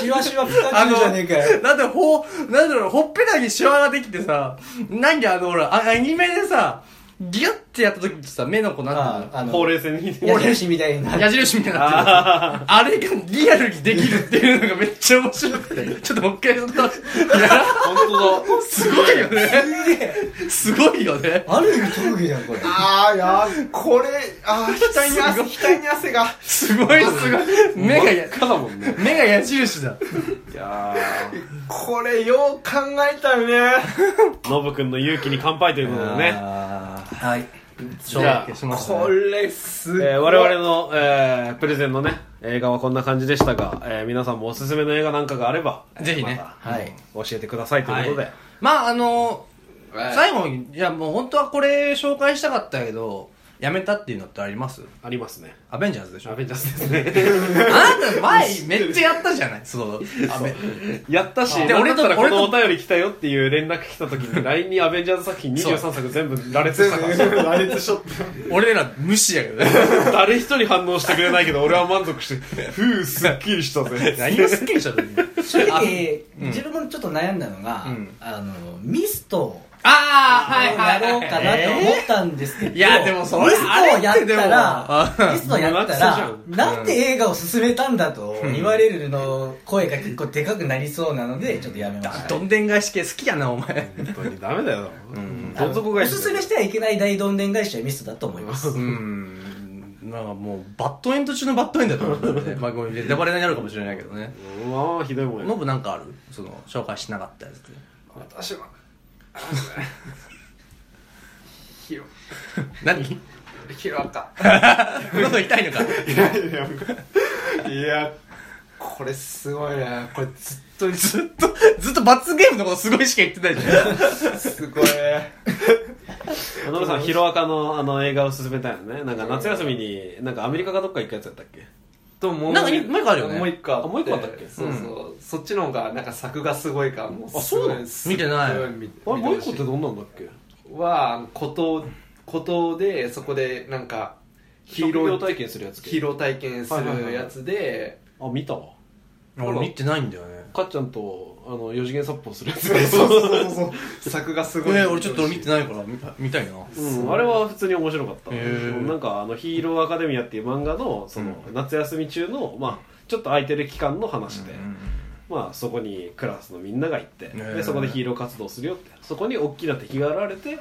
[SPEAKER 4] シワシワピカチュウじゃねえかよ
[SPEAKER 1] *laughs* なんでほうなんだろうほっぺたにシワができてさなんであのほらあアニメでさギュッてやった時ってさ目の子なんていう
[SPEAKER 4] ああの
[SPEAKER 2] ほうれい線に
[SPEAKER 4] 矢印みたいな
[SPEAKER 1] の矢印みたいになってる
[SPEAKER 2] あ
[SPEAKER 1] あれがリアルにできるっていうのがめっちゃ面白く *laughs* てちょっともう一回やったやら
[SPEAKER 2] あ本当だ
[SPEAKER 1] すごいよね
[SPEAKER 4] すげえ
[SPEAKER 1] すごいよね
[SPEAKER 4] ある意味特技じゃんこれ
[SPEAKER 3] ああいやーこれああ額に汗額に汗が
[SPEAKER 1] すごいすごい目が
[SPEAKER 2] 真っ
[SPEAKER 1] や
[SPEAKER 2] 赤だもんね
[SPEAKER 1] 目が矢印だ
[SPEAKER 2] いや
[SPEAKER 3] これよう考えたよね
[SPEAKER 2] ーノブ君の勇気に乾杯ということでね
[SPEAKER 1] はい
[SPEAKER 2] じゃあ
[SPEAKER 1] 消しましたね
[SPEAKER 3] これすごい
[SPEAKER 2] えー我々の、えープレゼンのね映画はこんな感じでしたが、えー皆さんもおすすめの映画なんかがあれば
[SPEAKER 1] ぜひね
[SPEAKER 2] また
[SPEAKER 4] はい
[SPEAKER 2] 教えてくださいということで、
[SPEAKER 1] はいまああの最後にいやもう本当はこれ紹介したかったけどやめたっていうのってあります
[SPEAKER 2] ありますね
[SPEAKER 1] アベンジャーズでしょ
[SPEAKER 2] ア
[SPEAKER 1] あ
[SPEAKER 2] ベンジャーズですね
[SPEAKER 1] *laughs* なた前めっちゃやったじゃないそのアベ
[SPEAKER 2] やったし
[SPEAKER 1] で
[SPEAKER 2] で
[SPEAKER 1] 俺
[SPEAKER 2] 俺だ
[SPEAKER 1] と
[SPEAKER 2] ったらこ
[SPEAKER 1] 俺と
[SPEAKER 2] のお便り来たよっていう連絡来た時 *laughs* に LINE にアベンジャーズ作品23作全部羅列したから
[SPEAKER 3] 全部 *laughs* 羅列しょって
[SPEAKER 1] 俺ら無視やけどね
[SPEAKER 2] 誰一人反応してくれないけど俺は満足して *laughs* 「ふうすっきりした *laughs*
[SPEAKER 1] *laughs*
[SPEAKER 2] ぜ」
[SPEAKER 1] 何がスッキリしたの
[SPEAKER 4] 正直自分もちょっと悩んだのが
[SPEAKER 1] うん
[SPEAKER 4] あのミストを
[SPEAKER 1] *laughs* ああはいは
[SPEAKER 4] や
[SPEAKER 1] い
[SPEAKER 4] ろうかなと思
[SPEAKER 1] え
[SPEAKER 4] ったんですけど
[SPEAKER 1] いやでもそれ
[SPEAKER 4] ミストをやった
[SPEAKER 1] あれってでも
[SPEAKER 4] らミストをやったら
[SPEAKER 2] うん
[SPEAKER 4] なんで映画を進めたんだと言われるの声が結構でかくなりそうなのでちょっとやめまし
[SPEAKER 1] ー
[SPEAKER 4] た
[SPEAKER 1] どんでん返し系好きやなお前
[SPEAKER 2] 本当にダメだよ、
[SPEAKER 1] ん
[SPEAKER 2] どん底
[SPEAKER 4] お
[SPEAKER 2] 返しだよ
[SPEAKER 4] すすめしてはいけない大どんでん返しはミストだと思います
[SPEAKER 1] うんなんかもうバッドエンド中のバッドエンドだと思って *laughs* まあごめんネタバレになるかもしれないけどね
[SPEAKER 2] うわーひどいもん
[SPEAKER 1] ノ
[SPEAKER 2] や
[SPEAKER 1] ブなんかあるその紹介しなかったやつ
[SPEAKER 3] 私は広
[SPEAKER 1] *laughs* 何
[SPEAKER 3] 広か
[SPEAKER 1] 喉痛いのか
[SPEAKER 3] いやいやいやこれすごいねこれずっと
[SPEAKER 1] ずっと *laughs* ずっと罰ゲームのことすごいしか言ってないじゃん
[SPEAKER 3] すごいね
[SPEAKER 2] ノブさんヒロアカのあの映画を勧めたよねなんか夏休みになんかアメリカかどっか行くやつやったっけ
[SPEAKER 3] とも
[SPEAKER 1] なんかいもう一個あるよね
[SPEAKER 3] もう一個あ
[SPEAKER 2] あもう一個あったっけ
[SPEAKER 3] そうそう、そっちの方がなんか作がすごいからもう
[SPEAKER 2] あそうなの
[SPEAKER 1] 見てない
[SPEAKER 2] あれもう一個って
[SPEAKER 3] と
[SPEAKER 2] どんなんだっけ
[SPEAKER 3] は孤島孤島でそこでなんかヒーロ
[SPEAKER 2] 職業
[SPEAKER 3] ー
[SPEAKER 2] 体験するやつ
[SPEAKER 3] ヒーロー体験す
[SPEAKER 2] はいはいは
[SPEAKER 3] る
[SPEAKER 2] い
[SPEAKER 3] やつで、
[SPEAKER 2] あ見たわ
[SPEAKER 1] *laughs* 俺見てないんだよね
[SPEAKER 2] かっちゃんとあの四次元殺法するやつ
[SPEAKER 3] *laughs* そうそうそう作がす
[SPEAKER 1] え
[SPEAKER 3] ごい、
[SPEAKER 1] ー、俺ちょっと見てないから見見たいな
[SPEAKER 2] うん、あれは普通に面白かっ
[SPEAKER 1] へ
[SPEAKER 2] た、
[SPEAKER 1] ー
[SPEAKER 2] なんかあのヒーローアカデミアっていう漫画のその夏休み中の、まあ、ちょっと空いてる期間の話で、まあ、そこにクラスのみんなが行って、
[SPEAKER 1] ー
[SPEAKER 2] でそこでヒーロー活動するよってそこに大きな敵が現れて、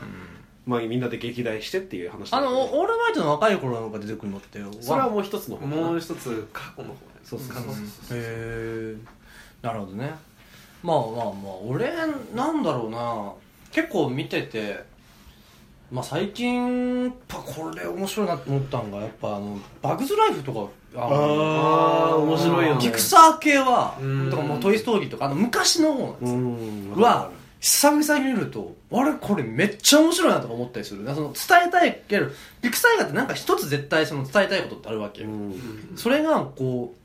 [SPEAKER 2] まあ、みんなで撃退してっていう話
[SPEAKER 1] あ
[SPEAKER 2] だったね
[SPEAKER 1] のオールマイトの若い頃なんか出てくるのって
[SPEAKER 2] それはもう一つの方かな
[SPEAKER 3] もう一つ過去の方ね
[SPEAKER 2] そうそう
[SPEAKER 3] 過
[SPEAKER 2] そう
[SPEAKER 3] 去の方
[SPEAKER 1] へえなるほどねまあまあまあ俺なんだろうな結構見ててまあ最近やっぱこれ面白いなって思ったんがやっぱあのバグズライフとかあの
[SPEAKER 2] あー面白いよね
[SPEAKER 1] ピクサー系は
[SPEAKER 3] うん
[SPEAKER 1] とかもう「トイ・ストーリー」とかあの昔の方なんですよ
[SPEAKER 2] うん
[SPEAKER 1] は久々に見るとあれこれめっちゃ面白いなとか思ったりするその伝えたいけどピクサー映画ってなんか一つ絶対その伝えたいことってあるわけ、
[SPEAKER 2] うん
[SPEAKER 1] それがこう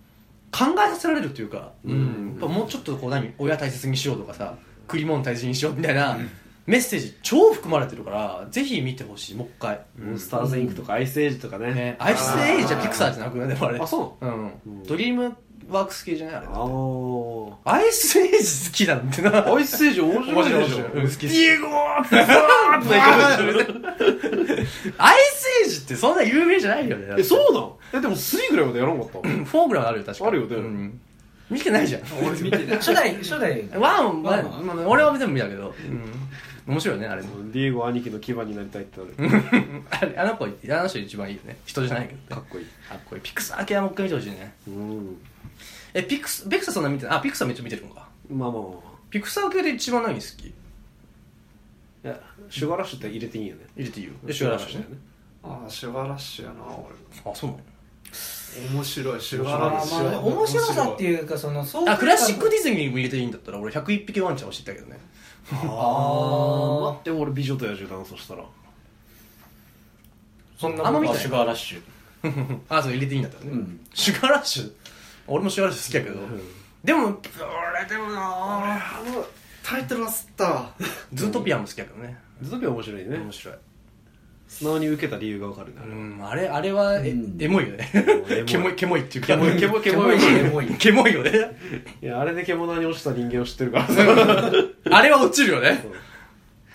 [SPEAKER 1] 考えさせられるというか、
[SPEAKER 2] うん
[SPEAKER 1] やっぱもうちょっとこう何親大切にしようとかさ食い物大切にしようみたいなメッセージ超含まれてるからぜひ見てほしいもう一回、
[SPEAKER 2] モンスターズインクとかアイスエイジとかね
[SPEAKER 1] ね、アイスエイジはピクサーじゃなくないでもあれ
[SPEAKER 2] あそう
[SPEAKER 1] うん、
[SPEAKER 2] うん
[SPEAKER 1] ドリームワークス系じゃないあれ
[SPEAKER 2] なの
[SPEAKER 1] アイスエイジ好きなんてな
[SPEAKER 2] あーアイスエイジ面白いでしょ
[SPEAKER 1] 面白い面白いうん好き
[SPEAKER 2] ディエゴーって
[SPEAKER 1] アイスエイジってそんな有名じゃないよねだって
[SPEAKER 2] *laughs* えそうなんえでも3ぐらいまでやらんかったの
[SPEAKER 1] フォームラはあるよ確か
[SPEAKER 2] あるよね
[SPEAKER 1] うん見てないじゃん
[SPEAKER 3] 俺見てない
[SPEAKER 4] 初代初代
[SPEAKER 1] ワン
[SPEAKER 4] ワ
[SPEAKER 1] は、
[SPEAKER 4] ンは
[SPEAKER 1] まあ、俺は全部見たけど、面白いよねあれね
[SPEAKER 2] ディエゴ兄貴の牙になりたいってなる
[SPEAKER 1] *laughs* あれあの子あの人一番いいよね人じゃないけどね
[SPEAKER 2] かっこいい
[SPEAKER 1] かっこいいピクサー系はもう一回見てほしいね
[SPEAKER 2] うん
[SPEAKER 1] えピクサピクサーそんな見てないあピクサーめっちゃ見てるのか
[SPEAKER 2] まあまあまあま
[SPEAKER 1] ピクサー系で一番何好き
[SPEAKER 2] あいやシュガーラッシュって入れていいよね
[SPEAKER 1] 入れていいよえシュガーラッシュね
[SPEAKER 3] ああシュガーラッシュやな俺
[SPEAKER 1] あそうな
[SPEAKER 3] 面白いシュ
[SPEAKER 4] あ
[SPEAKER 3] ガー
[SPEAKER 4] ーま
[SPEAKER 3] ラッシュ
[SPEAKER 4] あ面白さっていうかそのそう
[SPEAKER 1] のあクラシックディズニーも入れていいんだったら俺101匹ワンちゃんを知ったけどね
[SPEAKER 2] あ
[SPEAKER 4] あ
[SPEAKER 2] 待って俺美女と野獣だなそしたら
[SPEAKER 4] そんな
[SPEAKER 1] あんま見てない
[SPEAKER 4] シュガーラッシュ
[SPEAKER 1] *laughs* あそう入れていいんだったらね、
[SPEAKER 4] うん
[SPEAKER 1] シュガーラッシュ俺もシュガーラッシュ好きやけど、でも俺でもなぁ
[SPEAKER 3] あのタイトルは吸った *laughs* わ
[SPEAKER 1] ズートピアも好きやけどね、
[SPEAKER 2] ズドピア面白いね
[SPEAKER 1] 面白い
[SPEAKER 2] 素直に受けた理由がわかるね
[SPEAKER 1] うんあれあれはえ、
[SPEAKER 4] うん
[SPEAKER 1] エモいよね
[SPEAKER 2] エモい
[SPEAKER 1] *laughs* ケモいケモいっていう
[SPEAKER 2] ケ
[SPEAKER 1] か
[SPEAKER 2] モいケモいケモい
[SPEAKER 4] ケモい
[SPEAKER 1] ケモいよね
[SPEAKER 2] いやあれで獣に落ちた人間を知ってるからさ
[SPEAKER 1] あれは落ちるよね
[SPEAKER 2] そう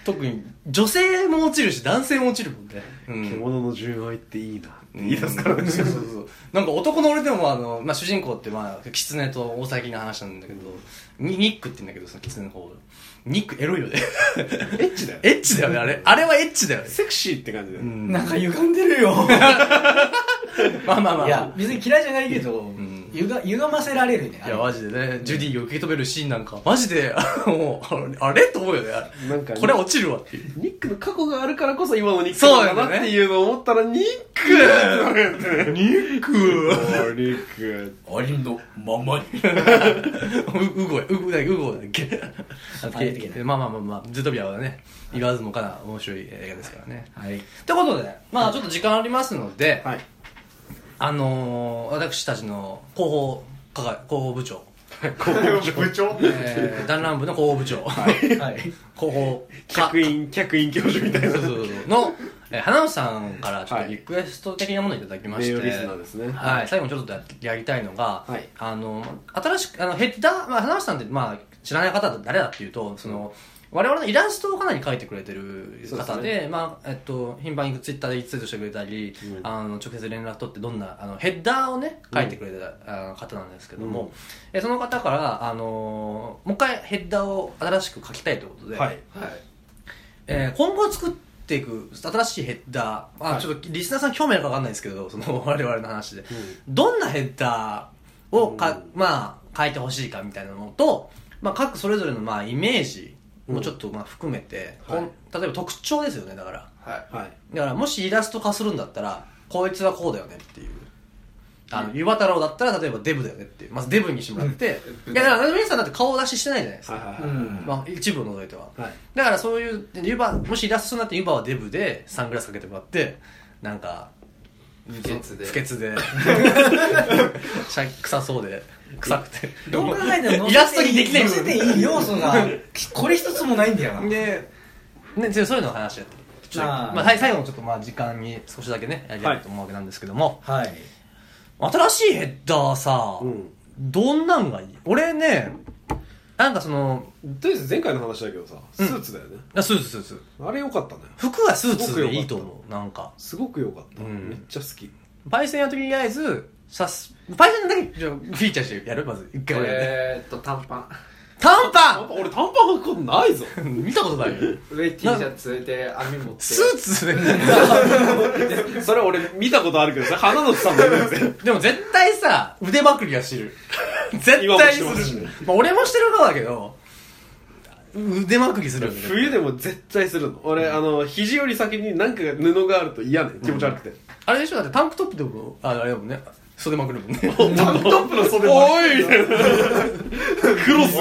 [SPEAKER 1] 特に女性も落ちるし男性も落ちるもんね、うん
[SPEAKER 2] 獣の純愛っていいなって
[SPEAKER 1] 言
[SPEAKER 2] 言
[SPEAKER 1] い
[SPEAKER 2] い出
[SPEAKER 1] 出
[SPEAKER 2] す
[SPEAKER 1] す
[SPEAKER 2] か
[SPEAKER 1] からら
[SPEAKER 2] ね
[SPEAKER 1] ねそうそうそうなんか男の俺でもあの、まあ、主人公ってまあ狐と大崎の話なんだけどニニックって言うんだけどその狐の方ニックエロいよね
[SPEAKER 2] *laughs*
[SPEAKER 1] *laughs*
[SPEAKER 2] エッチだよ
[SPEAKER 1] エッチだよねあれあれはエッチだよね
[SPEAKER 2] セクシーって感じだよね
[SPEAKER 1] ん
[SPEAKER 4] なんか歪んでるよ
[SPEAKER 1] まあまあまあ
[SPEAKER 4] いや別に嫌いじゃないけど、
[SPEAKER 1] ん
[SPEAKER 4] ゆが歪ませられるねあ
[SPEAKER 1] い
[SPEAKER 4] れ
[SPEAKER 1] やマジでねジュディを受け止めるシーンなんかマジであのあれあれと思うよねあれ
[SPEAKER 2] なんか
[SPEAKER 1] これは落ちるわって
[SPEAKER 2] *laughs*
[SPEAKER 1] いう
[SPEAKER 2] ニックの過去があるからこそ今のニック
[SPEAKER 1] そうだ
[SPEAKER 2] なん
[SPEAKER 1] よね
[SPEAKER 2] だなっていうのを思ったらニック
[SPEAKER 1] ニック
[SPEAKER 2] おーニック
[SPEAKER 4] ありのままに
[SPEAKER 1] *laughs* ううごやうごだっけうごだっ
[SPEAKER 4] *laughs*
[SPEAKER 1] け
[SPEAKER 4] あれ的な
[SPEAKER 1] まあまあまあまあズートピアはね言わずもかな面白い映画ですからね
[SPEAKER 4] はい
[SPEAKER 1] ってことでまあちょっと時間ありますので、
[SPEAKER 2] はい
[SPEAKER 1] あのー、私たちの広報係広報部
[SPEAKER 4] *laughs*
[SPEAKER 1] 長、
[SPEAKER 2] *laughs*
[SPEAKER 3] 部長
[SPEAKER 1] えー、団らん部の *laughs* 広報部長、
[SPEAKER 4] はい
[SPEAKER 1] 広報課
[SPEAKER 2] 客員客員教授みたいな
[SPEAKER 1] そうそうそうの、えー、花尾さんからちょっと
[SPEAKER 2] はい
[SPEAKER 1] リクエスト的なものをいただきま
[SPEAKER 2] 名
[SPEAKER 1] して、
[SPEAKER 2] 誉リスナーですね
[SPEAKER 1] はい、最後にちょっとややりたいのが、
[SPEAKER 2] はい
[SPEAKER 1] あの新しくあのヘッダー、まあ、花橋さんって、まあ、知らない方だと誰だっていうとその我々のイラストをかなり描いてくれてる
[SPEAKER 2] そうです
[SPEAKER 1] 方でまあえっと、頻繁にツイッターでツイートしてくれたり、
[SPEAKER 2] うん
[SPEAKER 1] あの直接連絡取ってどんなあのヘッダーをね書いてくれた、あの方なんですけども、
[SPEAKER 2] うん
[SPEAKER 1] えその方から、あのもう一回ヘッダーを新しく書きたいということで、
[SPEAKER 2] はい
[SPEAKER 1] えー今後作っていく新しいヘッダー、ま
[SPEAKER 2] は
[SPEAKER 1] あ、
[SPEAKER 2] い
[SPEAKER 1] ちょっとリスナーさん興味あるか分かんないですけどその *laughs* 我々の話で、どんなヘッダーをか、
[SPEAKER 2] う
[SPEAKER 1] まあ、書いてほしいかみたいなのと、まあ、各それぞれのまあイメージもちょっとまあ含めて、
[SPEAKER 2] はい
[SPEAKER 1] こん例えば特徴ですよねだから
[SPEAKER 3] はい
[SPEAKER 2] はい
[SPEAKER 1] だからもしイラスト化するんだったらこいつはこうだよねっていう。あの、ゆば太郎だったら、例えばデブだよねっていう。まずデブにしてもらって。いや、だから、皆さんだって顔出ししてないじゃないです
[SPEAKER 2] は
[SPEAKER 1] か。
[SPEAKER 2] いは
[SPEAKER 4] う
[SPEAKER 2] いはい
[SPEAKER 4] ん
[SPEAKER 1] まあ、一部を除いては。
[SPEAKER 2] はい
[SPEAKER 1] だからそういうでユバもしイラストになってユバはデブでサングラスかけてもらってなんか
[SPEAKER 3] 不潔で
[SPEAKER 1] 不潔でシャ臭そうで臭くて
[SPEAKER 4] どう考えても
[SPEAKER 1] イラストにできない
[SPEAKER 4] 乗せていい要素がこれ一つもないんだよな
[SPEAKER 1] で、ね、そうそういうのを話し合ってちょっと
[SPEAKER 4] あー
[SPEAKER 1] まあ、はい最後のちょっとまあ時間に少しだけねやりたいなと思うわけなんですけども、
[SPEAKER 4] はい
[SPEAKER 1] 新しいヘッダーさ、
[SPEAKER 2] うん
[SPEAKER 1] どんなんがいい俺ねなんかその
[SPEAKER 2] とりあえず前回の話だけどさスーツだよね
[SPEAKER 1] あスーツスーツ
[SPEAKER 2] あれ良かったね
[SPEAKER 1] 服はスーツでいいと思うなんか
[SPEAKER 2] すごく良かった
[SPEAKER 1] うん
[SPEAKER 2] めっちゃ好き
[SPEAKER 1] パイセンはとりあえず、さす、パイセンだけ、じゃあフィーチャーしてやるまず、一回俺やって。
[SPEAKER 3] えーっと短パ
[SPEAKER 1] 短
[SPEAKER 2] やっ
[SPEAKER 1] パ
[SPEAKER 2] ぱ俺短パン履くことないぞ
[SPEAKER 1] ン見たことないよ。
[SPEAKER 3] ン上 T シャツで網持って
[SPEAKER 1] スーツで。
[SPEAKER 2] *laughs* それ俺見たことあるけどそれ花のさんのやつや
[SPEAKER 1] でも絶対さ、腕まくりはしてる。絶
[SPEAKER 2] 今も
[SPEAKER 1] 対
[SPEAKER 2] してますす
[SPEAKER 1] る
[SPEAKER 2] ね。
[SPEAKER 1] まあ俺もしてる側だけど、腕まくりするよね。
[SPEAKER 2] 冬でも絶対するの俺あの肘より先になんか布があると嫌ね気持ち悪くて
[SPEAKER 1] あれでしょだってタンクトップでも、ああれだもんね。袖まくるもんね。
[SPEAKER 3] タンクトップの袖も
[SPEAKER 1] おいみたいな。クロス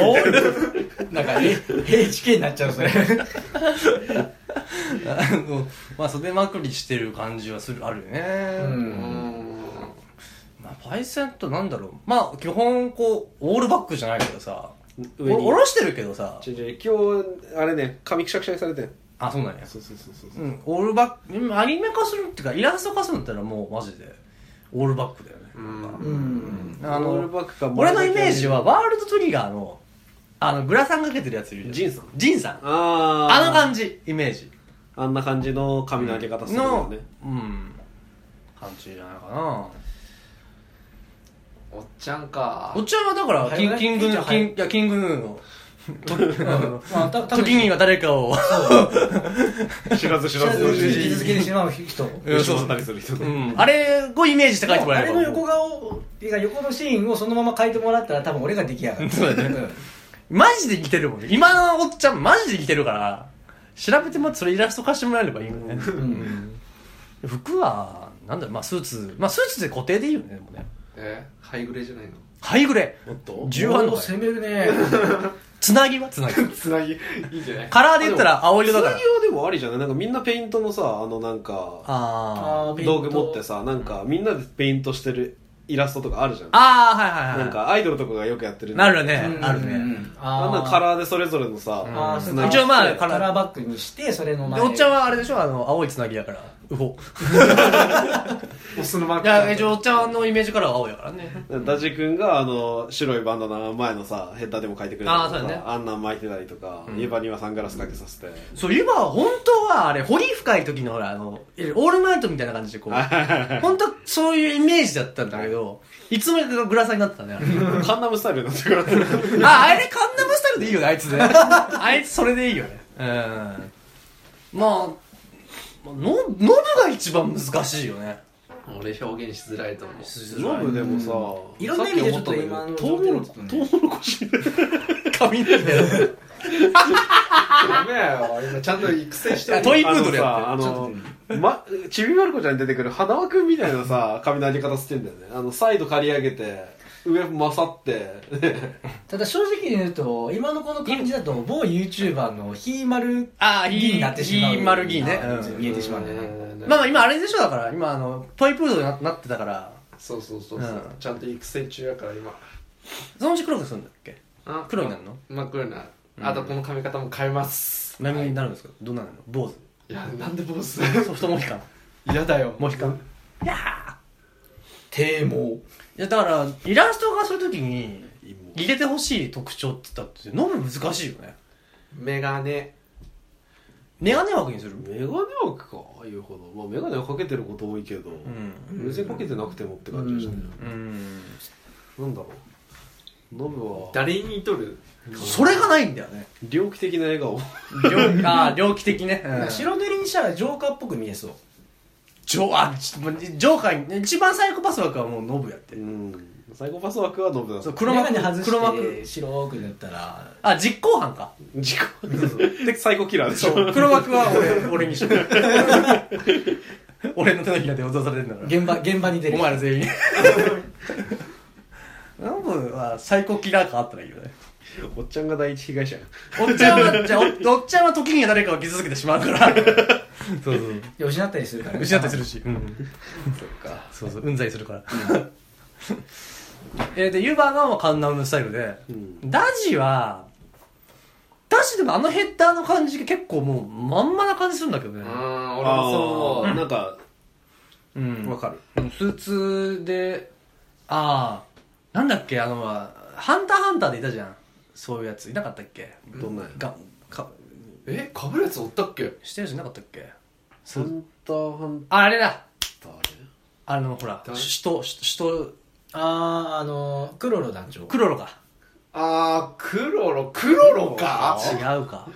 [SPEAKER 1] み *laughs* たいな。
[SPEAKER 4] なんか、え HK になっちゃうそれ。
[SPEAKER 1] あの、まあ、袖まくりしてる感じはする、あるよね。
[SPEAKER 4] うん
[SPEAKER 1] まあ、パイセンとなんだろう。まあ、基本、こう、オールバックじゃないけどさ、お
[SPEAKER 2] 上に
[SPEAKER 1] 下ろしてるけどさ、
[SPEAKER 2] ちょいちょい今日あれね髪くしゃくしゃにされてん
[SPEAKER 1] あ、そうなんや。
[SPEAKER 2] うそうそうそう
[SPEAKER 1] う、ん、オールバックうん、アニメ化するっていうか、イラスト化するんだったらもうマジで、オールバックだよね。
[SPEAKER 4] うん。
[SPEAKER 1] あ
[SPEAKER 2] オール
[SPEAKER 1] の、
[SPEAKER 2] バックか
[SPEAKER 1] 俺のイメージは、ワールドトリガーの、あの、グラサンかけてるやついるじゃん。
[SPEAKER 2] ジンさん
[SPEAKER 1] ジンさん。
[SPEAKER 2] あー
[SPEAKER 1] あの感じ、イメージ。
[SPEAKER 2] あんな感じの髪の上げ方するよ
[SPEAKER 1] の
[SPEAKER 2] ね、、
[SPEAKER 1] うん、感じじゃないかな。
[SPEAKER 3] おっちゃんか
[SPEAKER 1] おっちゃんはだから、キンキングヌー、キン、いや、キングヌーの、
[SPEAKER 2] *laughs*
[SPEAKER 4] まあ、た多分
[SPEAKER 1] 時には誰かを、
[SPEAKER 2] 知らず知
[SPEAKER 4] 知らずに
[SPEAKER 2] に
[SPEAKER 4] 傷つけてしまう人。
[SPEAKER 1] うん
[SPEAKER 2] 後
[SPEAKER 1] そう
[SPEAKER 2] ろ
[SPEAKER 1] そう
[SPEAKER 2] 渡りする人
[SPEAKER 1] うん、あれをイメージして書いてもら
[SPEAKER 4] あ
[SPEAKER 1] えれ
[SPEAKER 4] れ
[SPEAKER 1] ば
[SPEAKER 4] の横顔っていうか横のシーンをそのまま書いてもらったら多分俺が出来上がる
[SPEAKER 1] そうだね
[SPEAKER 4] ん
[SPEAKER 1] マジで似てるもんね今のおっちゃんマジで似てるから調べてもらってそれイラスト化してもらえればいいよね、
[SPEAKER 4] ん
[SPEAKER 1] 服はなんだろうまあスーツまあスーツで固定でいいよねでもね
[SPEAKER 3] えハイグレじゃないの
[SPEAKER 1] ハイグレ
[SPEAKER 2] おっと
[SPEAKER 1] 重版の
[SPEAKER 4] 攻めるね
[SPEAKER 1] つなぎはつなぎ
[SPEAKER 3] つなぎいいんじゃない
[SPEAKER 1] カラーで言ったら青色だから
[SPEAKER 2] 水着はで *laughs* もありじゃないなんかみんなペイントのさあのなんか
[SPEAKER 1] あー
[SPEAKER 2] 道具持ってさなんかみんなでペイントしてるイラストとかあるじゃん
[SPEAKER 1] あーはいはいはい
[SPEAKER 2] なんかアイドルとかがよくやってる
[SPEAKER 1] なるね
[SPEAKER 4] うんうんうん
[SPEAKER 1] あるね
[SPEAKER 2] あんな
[SPEAKER 4] ー
[SPEAKER 2] カラーでそれぞれの
[SPEAKER 4] あ
[SPEAKER 2] さ
[SPEAKER 4] ー
[SPEAKER 2] つ
[SPEAKER 4] そう
[SPEAKER 2] な
[SPEAKER 4] か
[SPEAKER 2] ぎ
[SPEAKER 1] 一応まあ
[SPEAKER 4] カラーバックにしてそれの前
[SPEAKER 1] でおっちゃんはあれでしょあの青いつなぎだからうほ
[SPEAKER 3] オスのマー
[SPEAKER 1] い
[SPEAKER 3] ク
[SPEAKER 1] や一応おっちゃんのイメージカラーは青やからね
[SPEAKER 2] ダジ君があの白いバンダナ前のさヘッダーでも書いてくれたり
[SPEAKER 1] あ
[SPEAKER 2] とか
[SPEAKER 1] ーそうだね
[SPEAKER 2] あんなん巻いてたりとか湯葉にはサングラスかけさせて
[SPEAKER 1] そう、今本当はあれ、堀深い時のほら、あの、オールナイトみたいな感じ *laughs* でこう、本当はそういうイメージだったんだけど、いつもかグラサンになってたね、あれ
[SPEAKER 2] カンナムスタイルになってくれてる
[SPEAKER 1] *laughs* あ、あれカンナムスタイルでいいよね、あいつね。 *laughs* あいつそれでいいよね。うん。まあ、の、ノブが一番難しいよね。
[SPEAKER 3] 俺表現しづらいと思う
[SPEAKER 2] ノブでもさ
[SPEAKER 4] いろんな意味でちょっと今の
[SPEAKER 2] トウモロ
[SPEAKER 4] 状態だと
[SPEAKER 2] ト
[SPEAKER 4] ね
[SPEAKER 2] ウモロコシ
[SPEAKER 1] 髪の毛。
[SPEAKER 3] ダメよ今ちゃんと育成して
[SPEAKER 1] いやトイプードルや
[SPEAKER 2] あのさあの、ま、ちびまる子ちゃんに出てくる花輪くんみたいなさ髪の上げ方してんだよねあのサイド刈り上げて上勝って *laughs*
[SPEAKER 4] ただ正直に言うと今のこの感じだと某 YouTuber のひーまる
[SPEAKER 1] ああ、
[SPEAKER 4] ぎになってしまう
[SPEAKER 1] ひーまるぎね。
[SPEAKER 4] うん見えてしまうんだよね
[SPEAKER 1] うんまあまあ今あれでしょ、だから、今あの、トイプードルにななってたから、
[SPEAKER 3] そうそうそう
[SPEAKER 1] う
[SPEAKER 3] そ
[SPEAKER 1] ん
[SPEAKER 3] うちゃんと育成中やから今
[SPEAKER 1] そのうち黒くするんだっけ
[SPEAKER 3] あ
[SPEAKER 1] 黒になるの
[SPEAKER 3] 真っ黒になるあとこの髪型も変えます
[SPEAKER 1] 何になるんですかどうなるの坊主。
[SPEAKER 3] いやなんで坊主
[SPEAKER 1] ソフトモヒカン。
[SPEAKER 3] 嫌だよ
[SPEAKER 1] モヒカン。
[SPEAKER 4] 低毛
[SPEAKER 1] いや、だから、イラストがするときに、入れてほしい特徴って言ったって、ノブ難しいよね。
[SPEAKER 3] メガネ
[SPEAKER 1] メガネ枠にする
[SPEAKER 2] メガネ枠かいうほど、まあ、メガネはかけてること多いけど、
[SPEAKER 1] うん。
[SPEAKER 2] 別にかけてなくてもって感じでしたね、
[SPEAKER 1] うん。
[SPEAKER 2] なんだろうノブは
[SPEAKER 3] 誰に似とる
[SPEAKER 1] それがないんだよね。
[SPEAKER 2] 猟奇的な笑顔
[SPEAKER 1] 猟あー、猟奇的ね。うん
[SPEAKER 4] 白塗りにしたらジョーカーっぽく見えそう
[SPEAKER 1] ジョあ、ちょジョーカーに、一番サイコパス枠はもうノブやって
[SPEAKER 2] う。んサイコパス枠はノブだ
[SPEAKER 1] そう、
[SPEAKER 4] 黒
[SPEAKER 1] 黒幕
[SPEAKER 4] 幕
[SPEAKER 1] 黒
[SPEAKER 4] に外。して
[SPEAKER 1] 幕。
[SPEAKER 4] 白く塗ったら
[SPEAKER 1] あ、実行犯か。
[SPEAKER 2] 自己でサイコキラーでし
[SPEAKER 1] そ
[SPEAKER 2] ょ
[SPEAKER 1] う、 *laughs* 黒幕は俺、俺にしよう *laughs* 俺の手のひらで脅されてんだから。
[SPEAKER 4] 現場現場に出る
[SPEAKER 1] お前ら全員。 *laughs* ノブはサイコキラー感あったらいいよね。
[SPEAKER 2] おっちゃんが第一被害者
[SPEAKER 1] おっちゃんは、じゃあおおっちゃんは時には誰かを傷つけてしまうから。そうそう。
[SPEAKER 4] いや失ったりするからね
[SPEAKER 1] 失ったりするし。うん。
[SPEAKER 2] そっか
[SPEAKER 1] そうそう。うんざりするから。えーで、ユーバーがもうカンナムスタイルで、
[SPEAKER 2] うん
[SPEAKER 1] ダジは、ダジでもあのヘッダーの感じが結構もうまんまな感じするんだけどね
[SPEAKER 3] う。ん俺もそう
[SPEAKER 2] あー
[SPEAKER 3] 思う
[SPEAKER 2] なんか
[SPEAKER 1] うん。
[SPEAKER 2] わかる
[SPEAKER 1] うんスーツで、ああ、なんだっけ、あの、ハンターハンターでいたじゃん。そういうやつ。いなかったっけ
[SPEAKER 2] どんなや
[SPEAKER 1] がか
[SPEAKER 3] えかぶるやつおったっけ
[SPEAKER 1] してるじゃなかったっけ
[SPEAKER 2] ハンターハン
[SPEAKER 1] ああれだ
[SPEAKER 2] ター
[SPEAKER 1] あの、ほら、
[SPEAKER 3] 誰
[SPEAKER 1] し首都、首都、
[SPEAKER 4] あああのクロロ団長
[SPEAKER 1] クロロか。
[SPEAKER 3] あークロロクロロか
[SPEAKER 1] 違うか。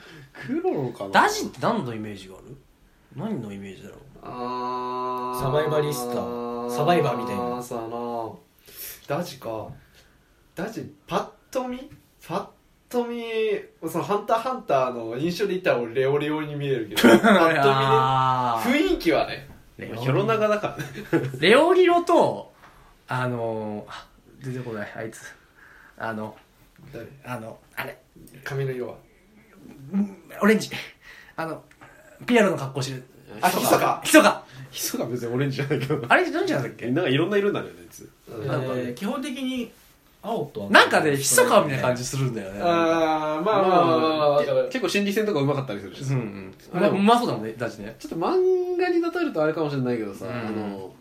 [SPEAKER 2] クロロかな
[SPEAKER 1] ダジって何のイメージがある何のイメージだろう
[SPEAKER 3] あー
[SPEAKER 4] サバイバリスタサバイバーみたいな
[SPEAKER 3] あーそうやなダジかダジパッと見パッと見その「ハンターハンター」の印象で言ったら俺レオレオに見えるけ
[SPEAKER 4] *laughs*
[SPEAKER 3] どパッ
[SPEAKER 1] あ
[SPEAKER 3] と見ね雰囲気はね
[SPEAKER 1] ー
[SPEAKER 2] ヒョロ長だからね
[SPEAKER 1] レオリロと、あのー、あ出てこないあいつあの
[SPEAKER 3] 誰
[SPEAKER 1] あのあれ
[SPEAKER 3] 髪の色は
[SPEAKER 1] オレンジあのピアノの格好してる
[SPEAKER 5] あ
[SPEAKER 3] ひそか
[SPEAKER 1] ひそか
[SPEAKER 2] ヒソが別にオレンジじゃないけど
[SPEAKER 1] あれどんじゃなかったっけ
[SPEAKER 2] *laughs* なんかいろんな色になるよねいつ
[SPEAKER 1] なんかね
[SPEAKER 4] えー基本的に青と赤
[SPEAKER 1] なんかねひそかみたいな感じするんだよね
[SPEAKER 3] ああまあまあまあまあまあわかる
[SPEAKER 2] 結構心理戦とかうまかったりするし、
[SPEAKER 1] うんうんあれうまそうだもんねだしね
[SPEAKER 2] ちょっと漫画に例えるとあれかもしれないけどさ、
[SPEAKER 1] うん
[SPEAKER 2] あの